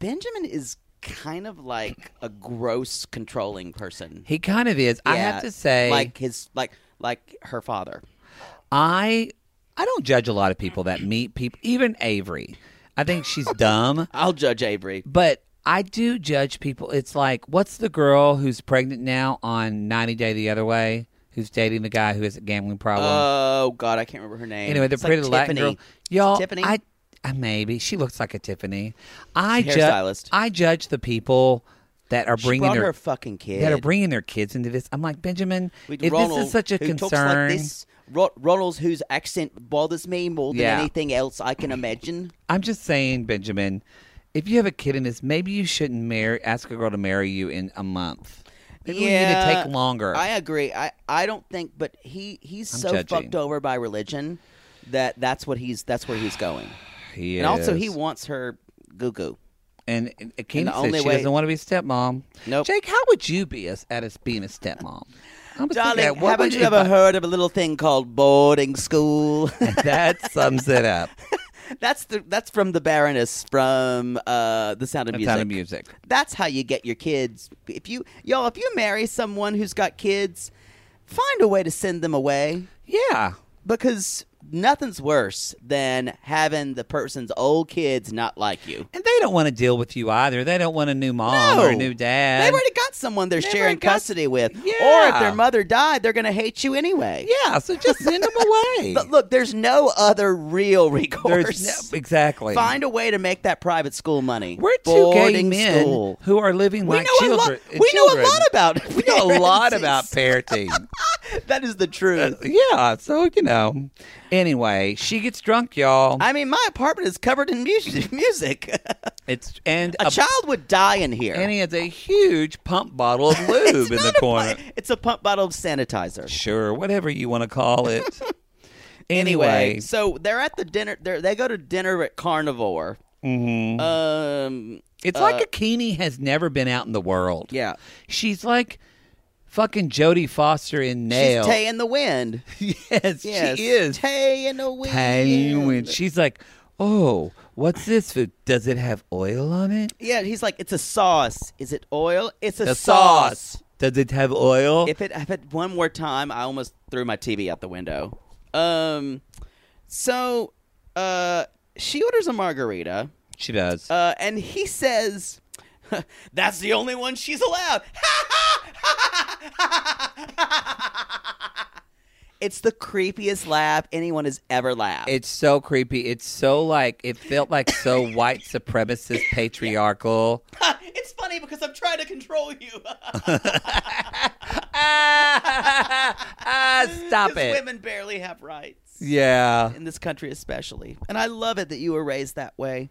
Benjamin is kind of like a gross controlling person. he kind of is. I Yeah, have to say, like his like like her father. I I don't judge a lot of people that meet people, even Avery. I think she's dumb. I'll judge Avery. But I do judge people. It's like, what's the girl who's pregnant now on 90 Day the Other Way who's dating the guy who has a gambling problem? Oh God, I can't remember her name. anyway, the It's like pretty Latin Tiffany. girl. Y'all, Tiffany. I, I maybe. She looks like a Tiffany. I, She's a ju- hairstylist. I judge the people that are She bringing brought their her fucking kid. that are bringing their kids into this. I'm like, Benjamin, with if Ronald, this is such a who talks concern, like this, Ro- Ronald's whose accent bothers me more than Yeah. anything else I can imagine. I'm just saying, Benjamin, if you have a kid in this, maybe you shouldn't marry ask a girl to marry you in a month. Maybe we need to Yeah, take longer. I agree. I, I don't think, but he he's I'm so judging. fucked over by religion that that's what he's that's where he's going. He And also, he is. wants her goo goo. And Akina the says only she way- doesn't want to be a stepmom. Nope. Jake, how would you be as, at as being a stepmom? I'm just Darling, thinking, what haven't would you if ever I- heard of a little thing called boarding school? That sums it up. that's the that's from the Baroness from uh, the Sound of The Music. Sound of Music. That's how you get your kids. If you y'all, if you marry someone who's got kids, find a way to send them away Yeah. because nothing's worse than having the person's old kids not like you. And they don't want to deal with you either. They don't want a new mom or a new dad. They've already got someone they're They've sharing already got- custody with. Or if Yeah. their mother died, they're going to hate you anyway. yeah, so just send them away. But look, there's no other real recourse. There's no- exactly. Find a way to make that private school money. We're two gay Boarding men school. who are living We like know a children. lot. We know a children. lot about. We know a lot parenting. about parenting. that is the truth. Uh, yeah, so you know. Anyway, she gets drunk, y'all. I mean, my apartment is covered in music. Music. it's and a, child would die in here. and he has a huge pump bottle of lube in the corner. it's a pump bottle of sanitizer. Sure, whatever you want to call it. Anyway, anyway, so they're at the dinner. They're, they go to dinner at Carnivore. Mm-hmm. Um, it's like Akini has never been out in the world. yeah. She's like fucking Jodie Foster in Nail. She's Tay in the wind. yes, Yes, she is. Tay in the wind. Pain when she's like, "Oh, what's this food? Does it have oil on it?" Yeah, he's like, it's a sauce. Is it oil? It's a The sauce. sauce. Does it have oil? If it if it one more time, I almost threw my TV out the window. Um, so, uh, she orders a margarita. she does. Uh, and he says, "That's the only one she's allowed." it's the creepiest laugh anyone has ever laughed. It's so creepy. It's so like it felt like so white supremacist patriarchal. it's funny because I'm trying to control you. ah, stop 'Cause it. Women barely have rights Yeah. in this country, especially. And I love it that you were raised that way.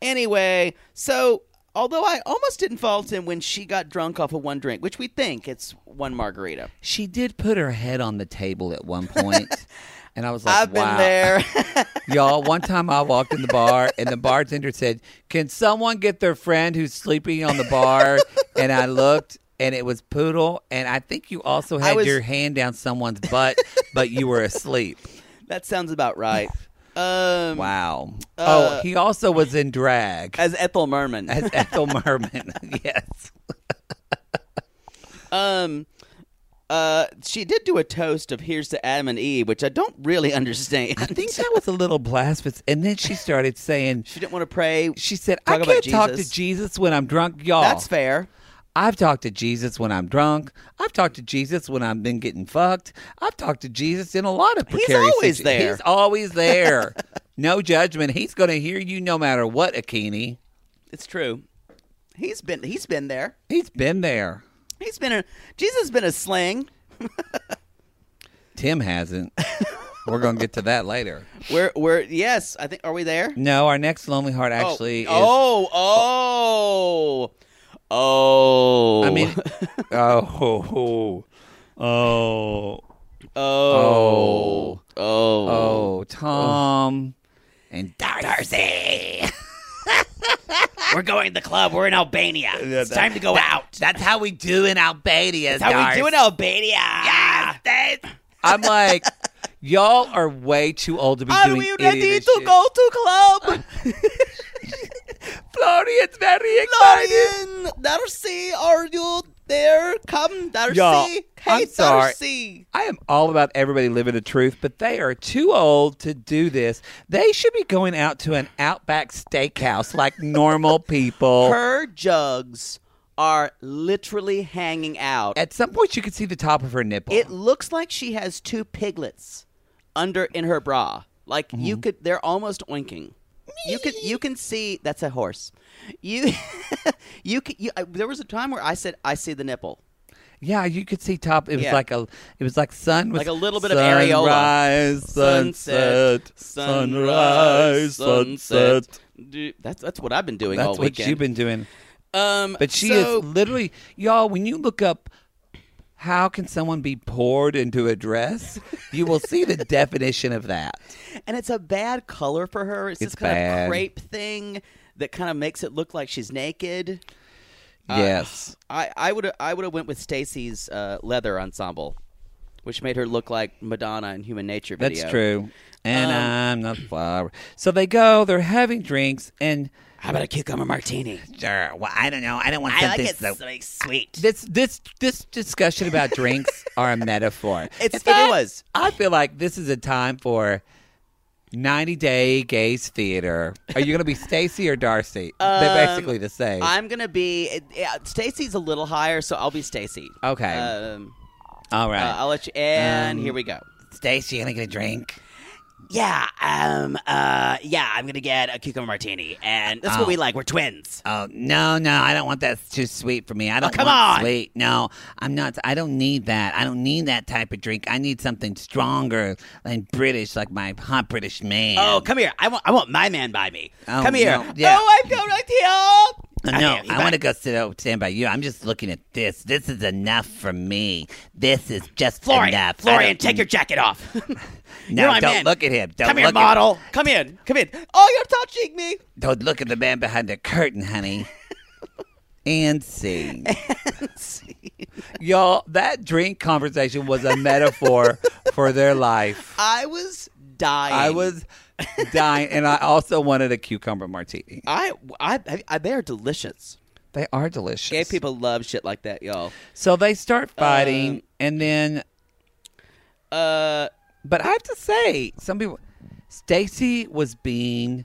Anyway, so although I almost didn't fault him when she got drunk off of one drink, which we think it's one margarita. She did put her head on the table at one point, And I was like, I've been wow. there. Y'all, one time I walked in the bar and the bartender said, Can someone get their friend who's sleeping on the bar? And I looked and it was Poodle. And I think you also had was- your hand down someone's butt, but you were asleep. That sounds about right. Um, Wow. oh, he also was in drag as, As Ethel Merman. Ethel Merman. yes. um, uh, she did do a toast of "Here's to Adam and Eve," which I don't really understand. I think that was a little blasphemous. And then she started saying, she didn't want to pray. She said, Talk I about can't talk Jesus. to Jesus when I'm drunk, y'all. That's fair. I've talked to Jesus when I'm drunk. I've talked to Jesus when I've been getting fucked. I've talked to Jesus in a lot of precarious always situ- there. He's always there. no judgment. He's going to hear you no matter what, Akini. It's true. He's been he's been there. He's been there. He's been a Jesus has been a sling. Tim hasn't. We're going to get to that later. We're we're yes. I think are we there? No, our next Lonely Heart actually is. oh oh oh. I mean, oh, Oh, Oh. Oh. oh, Tom and Darcy. We're going to the club. We're in Albania. It's time to go out. That's how we do in Albania. That's how we do in Albania. Yes. I'm like, y'all are way too old to be Are doing we any of ready this to shit. go to club? Florian's very excited. Florian, Darcy, are you there? Come, Darcy. Y'all, hey, I'm sorry. Darcy. I am all about everybody living the truth, but they are too old to do this. They should be going out to an outback steakhouse like normal people. Her jugs are literally hanging out. At some point, you could see the top of her nipple. it looks like she has two piglets under in her bra. Like you Mm-hmm. could, they're almost oinking. You could, you can see that's a horse. You, you could. You, I, there was a time where I said, "I see the nipple." yeah, you could see top. It was Yeah. like a. It was like sun. Was Like a little bit of areola. Sunrise, sunset, sunrise, sunset. Dude, that's that's what I've been doing all That's what weekend. you've been doing. Um, But she so- is literally, y'all, when you look up how can someone be poured into a dress, you will see the definition of that. and it's a bad color for her. It's, It's this kind bad. of crepe thing that kind of makes it look like she's naked. Uh, yes. I I would I would have went with Stacy's uh, leather ensemble, which made her look like Madonna in Human Nature video. That's true. And I'm not flower. So they go, they're having drinks, and How about a cucumber martini? sure, well, I don't know. I don't want I like it like sweet. this this this discussion about drinks are a metaphor. It's- In it fact, was. I feel like this is a time for 90 Day Gays Theater. Are you going to be Stacy or Darcy? They're basically the same. Um, I'm gonna be it- yeah, Stacy's a little higher, so I'll be Stacy. Okay. Um, All uh, right. I'll let you. And here we go. Stacy, you going to get a drink? Yeah. Um. Uh. Yeah. I'm gonna get a cucumber martini, and that's what we like. We're twins. Oh, no, no, I don't want that. It's too sweet for me. I don't Oh, come want on. sweet. No, I'm not. I don't need that. I don't need that type of drink. I need something stronger and British, like my hot British man. Oh, come here. I want. I want my man by me. Oh, come here. no, yeah. Oh, I'm going right here. No, Okay, you I buy- want to go sit over, stand by you. I'm just looking at this. This is enough for me. This is just Florian, enough. uh, I Florian, don't- take your jacket off. No, You're my don't man. look at him. Don't come here, look at- model. Come in. Come in. Oh, you're touching me. Don't look at the man behind the curtain, honey. and see. Y'all, that drink conversation was a metaphor for their life. I was dying. I was dying, and I also wanted a cucumber martini. I. I. I, I they are delicious. They are delicious. Gay people Uh, love shit like that, y'all. So they start fighting, and then Uh. But I have to say, some people, Stacy was being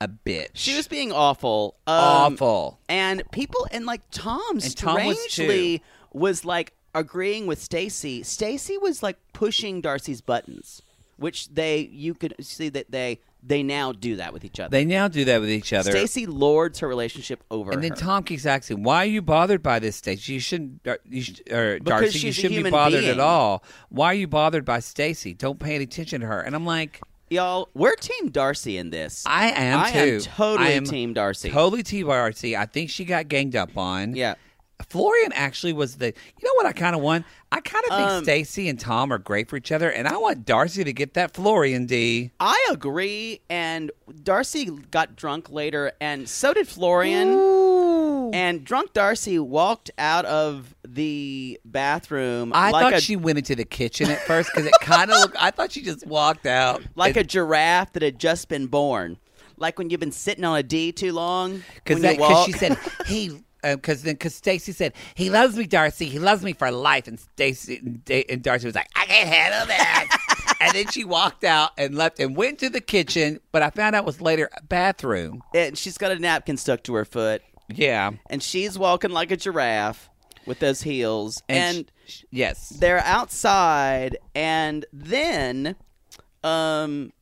a bitch. She was being awful. Um, awful. And people and like Tom And Tom was strangely was, like agreeing with Stacy. Stacy was like pushing Darcy's buttons, which they you could see that they they now do that with each other. They now do that with each other. Stacy lords her relationship over and then her. Tom keeps asking, "Why are you bothered by this, Stacy? You shouldn't, Dar- you sh- or Darcy, she's you a shouldn't be human bothered at being. all. Why are you bothered by Stacy? Don't pay any attention to her." And I'm like, Y'all, we're Team Darcy in this. "I am I too. am totally I am Team Darcy. Totally Team Darcy. I think she got ganged up on. yeah. Florian actually was the. You know what I kind of want? I kind of Um, think Stacy and Tom are great for each other, and I want Darcy to get that Florian D. I agree. And Darcy got drunk later, and so did Florian. And drunk Darcy walked out of the bathroom I like thought a she went into the kitchen at first because it kind of looked. I thought she just walked out. like a giraffe that had just been born. Like when you've been sitting on a D too long. because when you because she walk. said he because then because Stacy said he loves me, Darcy. He loves me for life, and Stacy and Da- and Darcy was like, I can't handle that. and then she walked out and left and went to the kitchen, but I found out was later a bathroom. and she's got a napkin stuck to her foot, Yeah, and she's walking like a giraffe with those heels. And, sh- yes, they're outside, and then, um,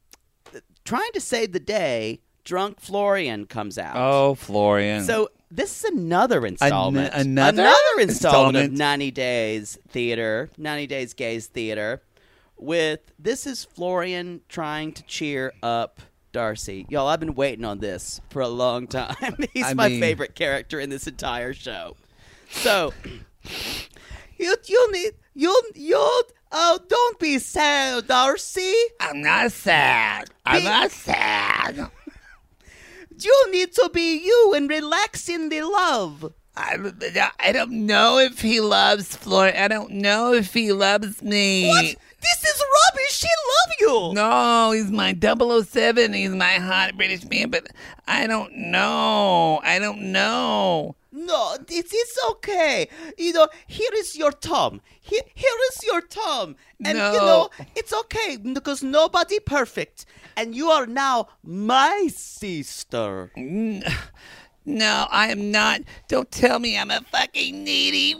trying to save the day, drunk Florian comes out. Oh, Florian. So this is another installment. another installment, installment? of 90 Days Theater, 90 Days Gays Theater with this is Florian trying to cheer up Darcy. Y'all, I've been waiting on this for a long time. He's I my mean- favorite character in this entire show. So you you need You, you, oh, don't be sad, Darcy. I'm not sad. I'm not sad. You need to be you and relax in the love. I, I don't know if he loves Floyd. I don't know if he loves me. This is rubbish. She love you. No, he's my 007. He's my hot British man, but I don't know. I don't know. No, it is okay. You know, here is your thumb. Here, here is your thumb. And you No. know, it's okay because nobody perfect. And you are now my sister. No, I am not. Don't tell me I'm a fucking needy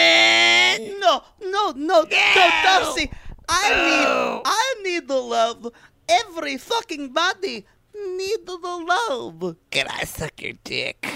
woman. No, no, no, no, Darcy. I need, I need the love. Every fucking body need the love. Can I suck your dick?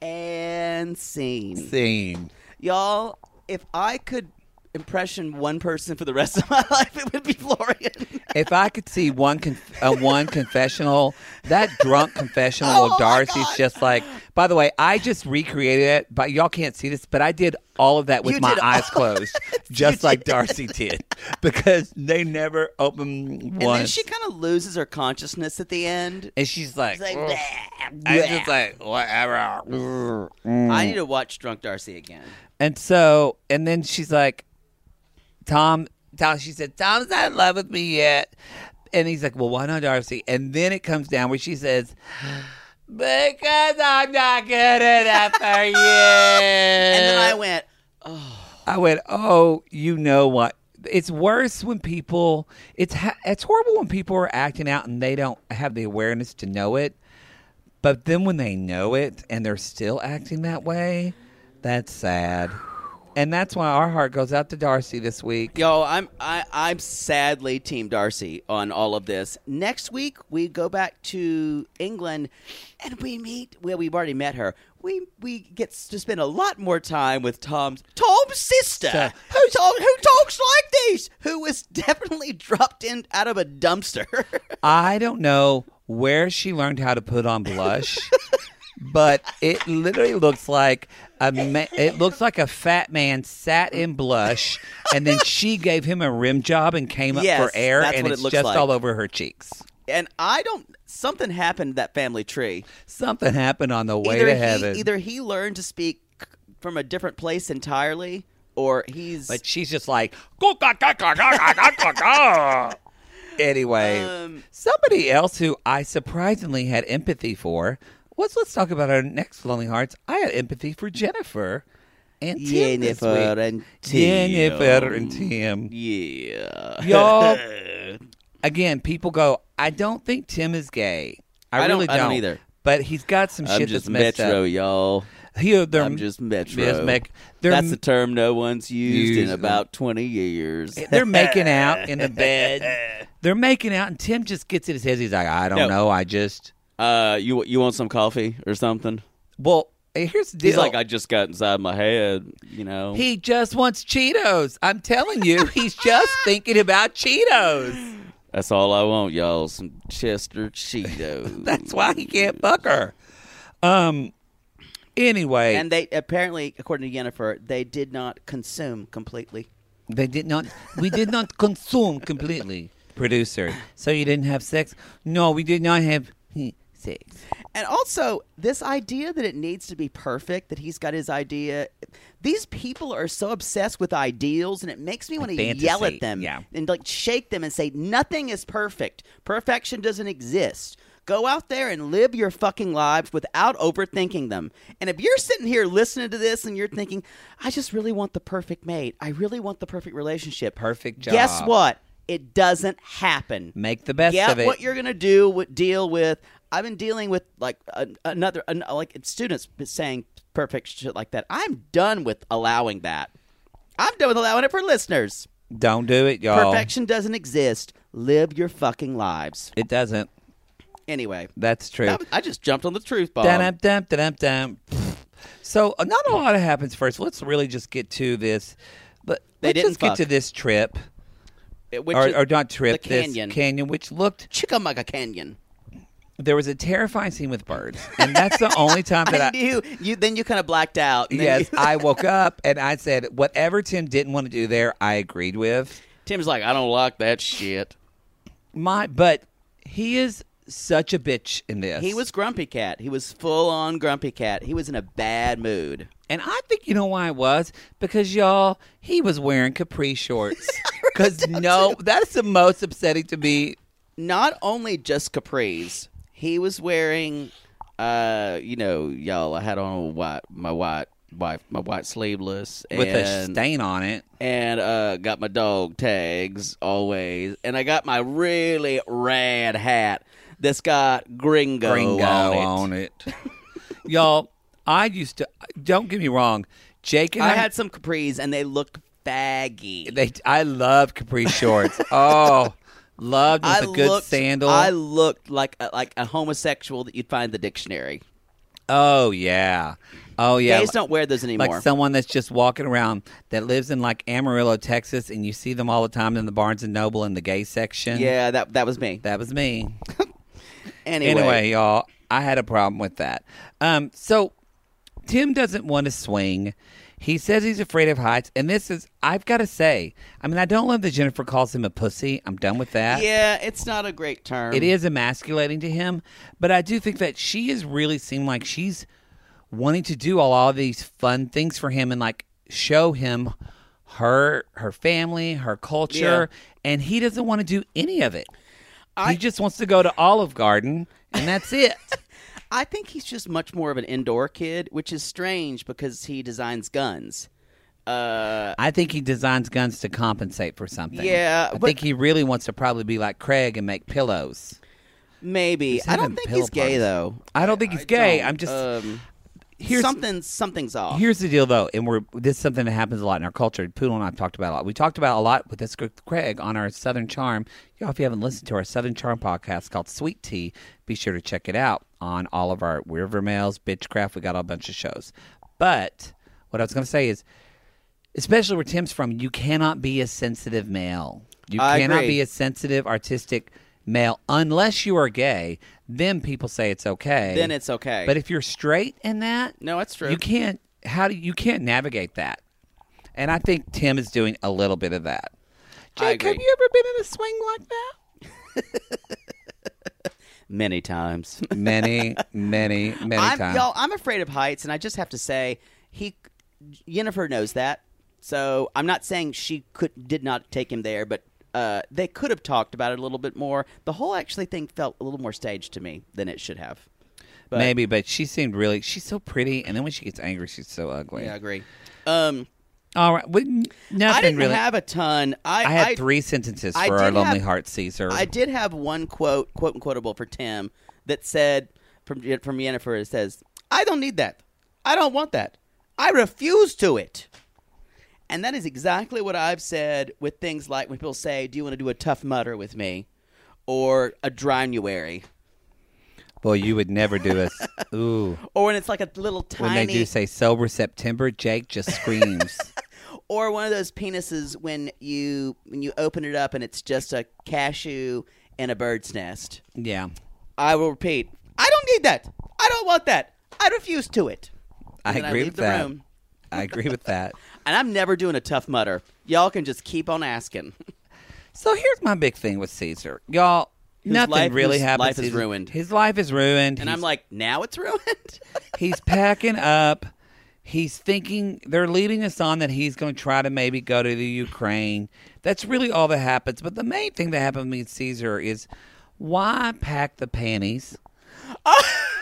And scene. Same. Y'all, if I could impression one person for the rest of my life, it would be Florian. If I could see one con- uh, one confessional, that drunk confessional Oh, my of Darcy's God. just like. By the way, I just recreated it, but y'all can't see this. But I did all of that with You my did all- eyes closed, just like Darcy did, because they never open once. And then she kind of loses her consciousness at the end. And she's like, It's like, "Ugh." bleh, I was bleh. just like whatever. I need to watch Drunk Darcy again. And so, and then she's like, Tom, Tom, she said, Tom's not in love with me yet. And he's like, well, why not, Darcy? And then it comes down where she says, because I'm not good enough for you. And And then I went, I went, oh, you know what? It's worse when people. It's ha- it's horrible when people are acting out and they don't have the awareness to know it. But then when they know it and they're still acting that way, that's sad. And that's why our heart goes out to Darcy this week. yo, I'm I, I'm sadly Team Darcy on all of this. Next week we go back to England, and we meet. Well, we've already met her. We we get to spend a lot more time with Tom's Tom's sister, Sir. who talk, who talks like this, who was definitely dropped in out of a dumpster. I don't know where she learned how to put on blush, but it literally looks like a ma- it looks like a fat man sat in blush, and then she gave him a rim job and came up Yes, for air, that's and what it it's looks just like. all over her cheeks. and I don't. Something happened to that family tree. Something happened on the way either to he, heaven. Either he learned to speak c- from a different place entirely, or he's. but she's just like, "Go, go, go, go, go, go, go, go, go." anyway, Um, somebody else who I surprisingly had empathy for was, let's talk about our next Lonely Hearts. I had empathy for Jennifer and Tim. this Jennifer week. and Tim. Jennifer and Tim. yeah. Y'all, again, people go, I don't think Tim is gay. I, I don't- really I don't either. But he's got some I'm shit just that's messed metro, up. y'all. He, they're- I'm just metro. Yes, mec- they're- That's a term no one's used, Used in them. about 20 years. They're making out in the bed. They're making out, and Tim just gets in his head. He's like, I don't No. know. I just. Uh, you you want some coffee or something? Well, eh, here's the deal. He's like, I just got inside my head, you know. he just wants Cheetos. I'm telling you, he's just thinking about Cheetos. That's all I want, y'all. Some Chester Cheetos. That's why he can't fuck her. Um. Anyway, And they apparently, according to Jennifer, they did not consume completely. they did not. We did not consume completely. Producer, so you didn't have sex? No, we did not have sex. And also, this idea that it needs to be perfect, that he's got his idea. These people are so obsessed with ideals, and it makes me want to fantasy, yell at them yeah. and like shake them and say, nothing is perfect. Perfection doesn't exist. Go out there and live your fucking lives without overthinking them. And if you're sitting here listening to this and you're thinking, I just really want the perfect mate, I really want the perfect relationship, Perfect Guess job. what? It doesn't happen Make the best yeah, of it. what you're gonna do, what deal with. I've been dealing with like an another, an, like students been saying perfect shit like that. I'm done with allowing that. I'm done with allowing it for listeners. Don't do it, y'all. Perfection doesn't exist. Live your fucking lives. It doesn't. Anyway, That's true. Um, that was- I just jumped on the truth bomb. Dun, dun, dun, dun, dun. So uh, not a lot happens first. Let's really just get to this. But They let's didn't just get to fuck. this trip, Which or, is or not trip, the this canyon. canyon, which looked Chickamauga Canyon. There was a terrifying scene with birds, and that's the only time that I, And you, you then you kind of blacked out. and then yes, you- I woke up and I said, whatever Tim didn't want to do there, I agreed with. Tim's like, I don't like that shit. My, but he is such a bitch in this. He was grumpy cat. He was full on grumpy cat. He was in a bad mood. and I think you know why it was because y'all, he was wearing capri shorts. Because no, that's the most upsetting to me. Not only just capris, he was wearing, uh, you know, y'all. I had on a white, my white, wife, my white sleeveless, With a and, stain on it, and uh, got my dog tags always, and I got my really rad hat that's got gringo, gringo Oh, on on it. it. y'all, I used to. Don't get me wrong, Jake and I, I had some capris, and they looked faggy. They, I love capri shorts. oh, loved with I a good looked, sandal. I looked like a, like a homosexual that you'd find in the dictionary. Oh yeah, oh yeah. Gays don't wear those like anymore. someone that's just walking around that lives in like Amarillo, Texas, and you see them all the time in the Barnes and Noble in the gay section. yeah, that that was me. that was me. Anyway, Anyway, y'all, I had a problem with that. Um, so Tim doesn't want to swing. He says he's afraid of heights, and this is I've got to say. I mean, I don't love that Jennifer calls him a pussy. I'm done with that. yeah, it's not a great term. Uh, It is emasculating to him, but I do think that she has really seemed like she's wanting to do all, all these fun things for him and like show him her her family, her culture, and he doesn't want to do any of it. he just wants to go to Olive Garden and that's it. I think he's just much more of an indoor kid, which is strange because he designs guns. Uh, I think he designs guns to compensate for something. Yeah, I but- think he really wants to probably be like Craig and make pillows. maybe He's I having don't think pillow he's gay parties. though. I don't think he's gay. Don't. I'm just um, here's something. Something's off. Here's the deal, though, and we're this is something that happens a lot in our culture. Poodle and I've talked about it a lot. We talked about it a lot with this with Craig on our Southern Charm. Y'all, if you haven't listened to our Southern Charm podcast called Sweet Tea, be sure to check it out on all of our River Mails, Bitchcraft. We got a bunch of shows. But what I was going to say is, especially where Tim's from, you cannot be a sensitive male. You I cannot agree. be a sensitive, artistic male unless you are gay. Then people say it's okay. Then it's okay. But if you're straight in that, no, it's true. you can't. How do you can't navigate that? And I think Tim is doing a little bit of that. I Jake, have agree. you ever been in a swing like that? Many times. Many, many, many I'm, times. Y'all, I'm afraid of heights, and I just have to say, he, Jennifer knows that. So I'm not saying she could did not take him there, but uh, they could have talked about it a little bit more. The whole actually thing felt a little more staged to me than it should have. But, Maybe, but she seemed really. She's so pretty, and then when she gets angry, she's so ugly. Yeah, I agree. Um, All right, well, n- nothing I didn't really. have a ton. I, I had I- three sentences I for our did lonely have- heart, Caesar. I did have one quote, quote and quotable for Tim that said from from Jennifer. It says, "I don't need that. I don't want that. I refuse to it." And that is exactly what I've said with things like when people say, "Do you want to do a tough mutter with me?" or a January, Well, you would never do us. Ooh, or when it's like a little when tiny, they do say sober September, Jake just screams. or one of those penises when you when you open it up and it's just a cashew and a bird's nest. yeah, I will repeat. I don't need that. I don't want that. I refuse to it. I And then agree leave with the that. room. I agree with that. And I'm never doing a tough mutter. Y'all can just keep on asking. So here's my big thing with Caesar, y'all. nothing life- really whose happens. life is He's- ruined. His life is ruined. he's, And I'm like, now it's ruined. he's packing up. He's thinking they're leading us on that he's going to try to maybe go to the Ukraine. That's really all that happens. But the main thing that happened to me, and Caesar, is why pack the panties?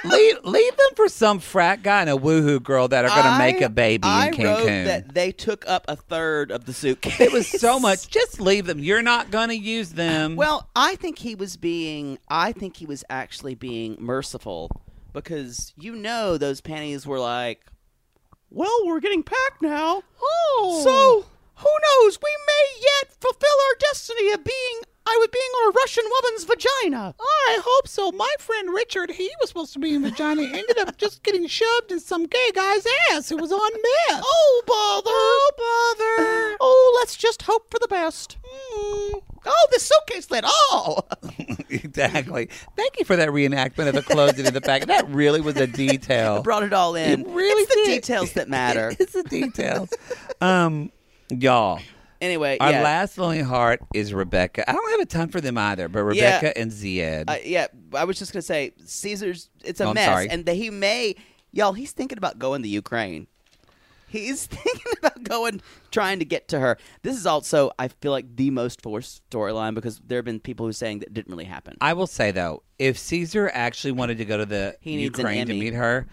leave, leave them for some frat guy and a woohoo girl that are going to make I- a baby I in Cancun. wrote that they took up a third of the suitcase. It was so much. Just leave them. You're not going to use them. Well, I think he was being. I think he was actually being merciful because you know those panties were like, well, we're getting packed now. Oh, so who knows? We may yet fulfill our destiny of being. I was being on a Russian woman's vagina. I hope so. My friend Richard, he was supposed to be in vagina, ended up just getting shoved in some gay guy's ass. It was on meth. Oh bother! Oh bother! Hmm. Oh, let's just hope for the best. Oh, this suitcase lid. Oh, exactly. Thank you for that reenactment of the closing of the packet. That really was a detail. I brought it all in. It really it's the did. details that matter. it's the details. um, y'all. anyway, Our yeah, last lonely heart is Rebecca. I don't have a ton for them either, but Yeah. Rebecca and Zied. uh, yeah. I was just gonna say Caesar's. It's a Oh, I'm mess, sorry. and that he may, y'all. He's thinking about going to Ukraine. He's thinking about going, trying to get to her. This is also, I feel like, the most forced storyline because there have been people who saying that didn't really happen. I will say though, if Caesar actually wanted to go to the He needs an Ukraine to Emmy. meet her,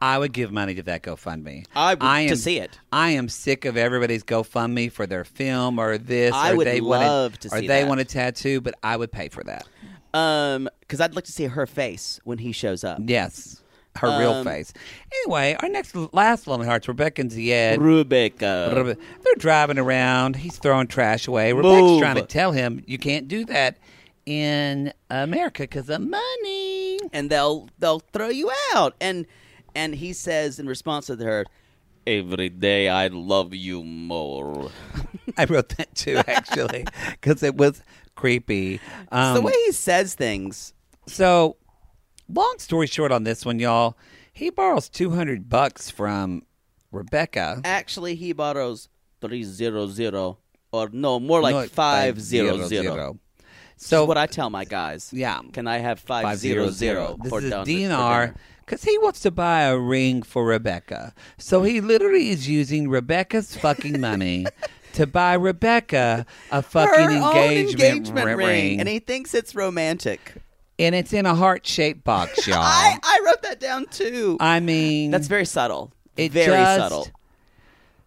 I would give money to that GoFundMe. I would- to see it. I am sick of everybody's GoFundMe for their film or this. I or would they love wanted, to or see they that. want a tattoo, but I would pay for that. Um, because I'd like to see her face when he shows up. Yes, her Um, real face. Anyway, our next last lonely hearts, Rebecca and Zied. Rebecca. Rebe- They're driving around. He's throwing trash away. Rebecca's Move. trying to tell him you can't do that in America because of money. and they'll they'll throw you out. And and he says in response to her, "Every day I love you more." I wrote that too, actually, because it was creepy. Um, the way he says things. so, long story short, on this one, y'all, he borrows two hundred bucks from Rebecca. Actually, he borrows three zero zero, or no, more like No, five zero zero. zero. So What I tell my guys, Yeah. can I have five five zero zero? This for is a dun- for DNR dinner? because he wants to buy a ring for Rebecca. So he literally is using Rebecca's fucking money to buy Rebecca a Her fucking own engagement, engagement ri- ring, and he thinks it's romantic. and it's in a heart shaped box, y'all. I I, I wrote that down too. mean, That's very subtle. Um, It very just- subtle.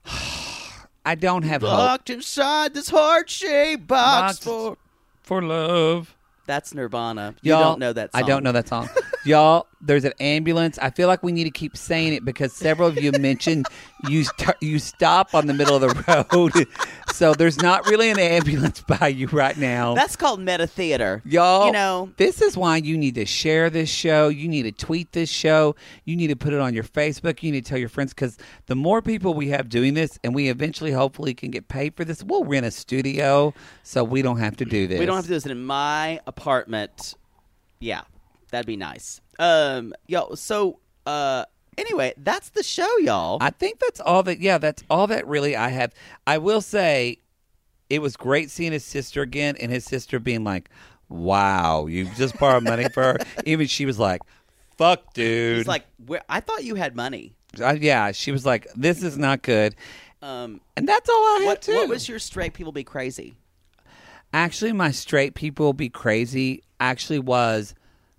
I don't have hope Locked inside this heart shaped box Box. for. for love. That's Nirvana. You Y'all, don't know that song. I don't know that song. Y'all, there's an ambulance. I feel like we need to keep saying it because several of you mentioned you st- you stop on the middle of the road, so there's not really an ambulance by you right now. That's called meta theater. Y'all, You know, this is why you need to share this show. You need to tweet this show. You need to put it on your Facebook. You need to tell your friends because the more people we have doing this, and we eventually hopefully can get paid for this, we'll rent a studio so we don't have to do this. we don't have to do this in my apartment. Yeah, that'd be nice. Um, yo, so uh, anyway, that's the show, y'all. I think that's all that. Yeah, that's all that really I have. I will say, it was great seeing his sister again, and his sister being like, "Wow, you just borrowed money for her." Even she was like, "Fuck, dude." It's like where, I thought you had money. Uh, yeah, she was like, "This is not good," Um, and that's all I had what, too. what was your straight people be crazy? actually my straight people be crazy actually was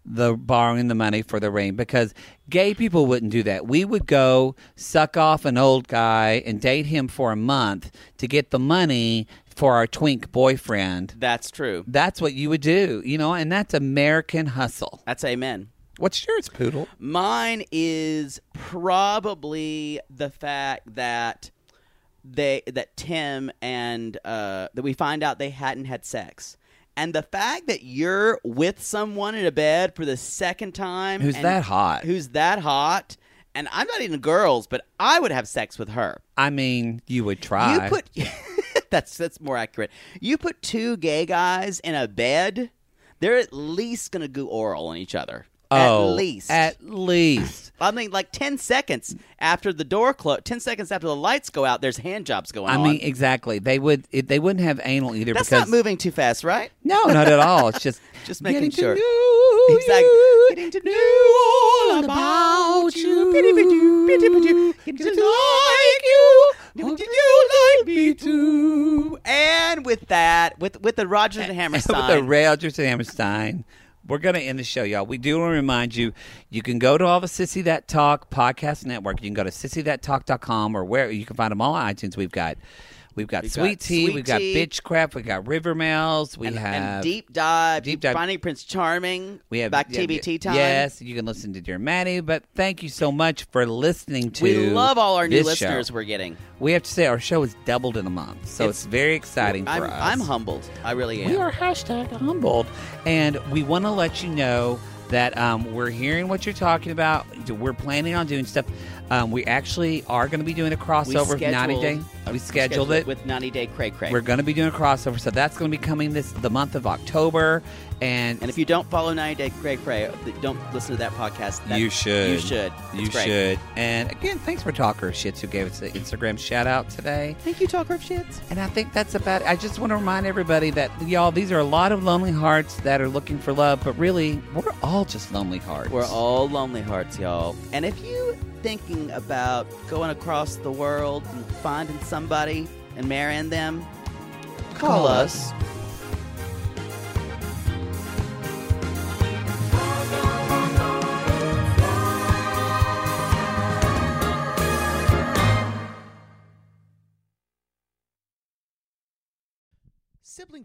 the borrowing the money for the ring because gay people wouldn't do that. We would go suck off an old guy and date him for a month to get the money for our twink boyfriend. That's true. That's what you would do, you know, and that's American hustle. That's amen. What's yours, poodle? Mine is probably the fact that they that Tim and uh, that we find out they hadn't had sex, and the fact that you're with someone in a bed for the second time, Who's and- that hot? Who's that hot? And I'm not even girls, but I would have sex with her. I mean, you would try. You put that's that's more accurate. You put two gay guys in a bed, they're at least gonna go oral on each other. oh, at least At least. I mean, like ten seconds after the door close, ten seconds after the lights go out, there's hand jobs going I on. mean, exactly. They would. It, they wouldn't have anal either that's because not moving too fast, right? No, not at all. It's just Just making getting sure. To know Exactly. you, Getting to know all about you. Pity-pity-doo, pity-pity-doo. Getting to like you. Would you like me too? And with that, with with the Rogers and Hammerstein, With the Ray Aldrich and Hammerstein. We're going to end the show, y'all. We do want to remind you you can go to all the Sissy That Talk podcast network. You can go to sissythattalk.com or where you can find them all on iTunes. We've got. We've got Sweet Tea, Sweet we've got Tea. Bitchcraft, we've got River Mails, we and, have and deep dive, Deep Dive. finding Prince Charming. We have back yeah, TBT yeah, time. Yes, you can listen to Dear Maddie. But thank you so much for listening to. we love all our new this show. listeners we're getting. We have to say our show is doubled in a month, so it's, It's- very exciting for I'm, us. I'm humbled. I really am. We are hashtag humbled, and we want to let you know that um, we're hearing what you're talking about. We're planning on doing stuff. Um, we actually are going to be doing a We crossover of 90 scheduled- Day. We scheduled it. with 90 Day Cray Cray. We're going to be doing a crossover, so that's going to be coming this the month of October, And, And if you don't follow 90 Day Cray Cray, don't listen to that podcast. That- you should. You should. It's You great. should. And again, thanks for Talker Shits who gave us the Instagram shout out today. Thank you, Talker of Shits. And I think that's about it. I just want to remind everybody that, y'all, these are a lot of lonely hearts that are looking for love, but really, we're all just lonely hearts. We're all lonely hearts, y'all. And if you thinking about going across the world and finding somebody and marrying them, call, Call us. Sibling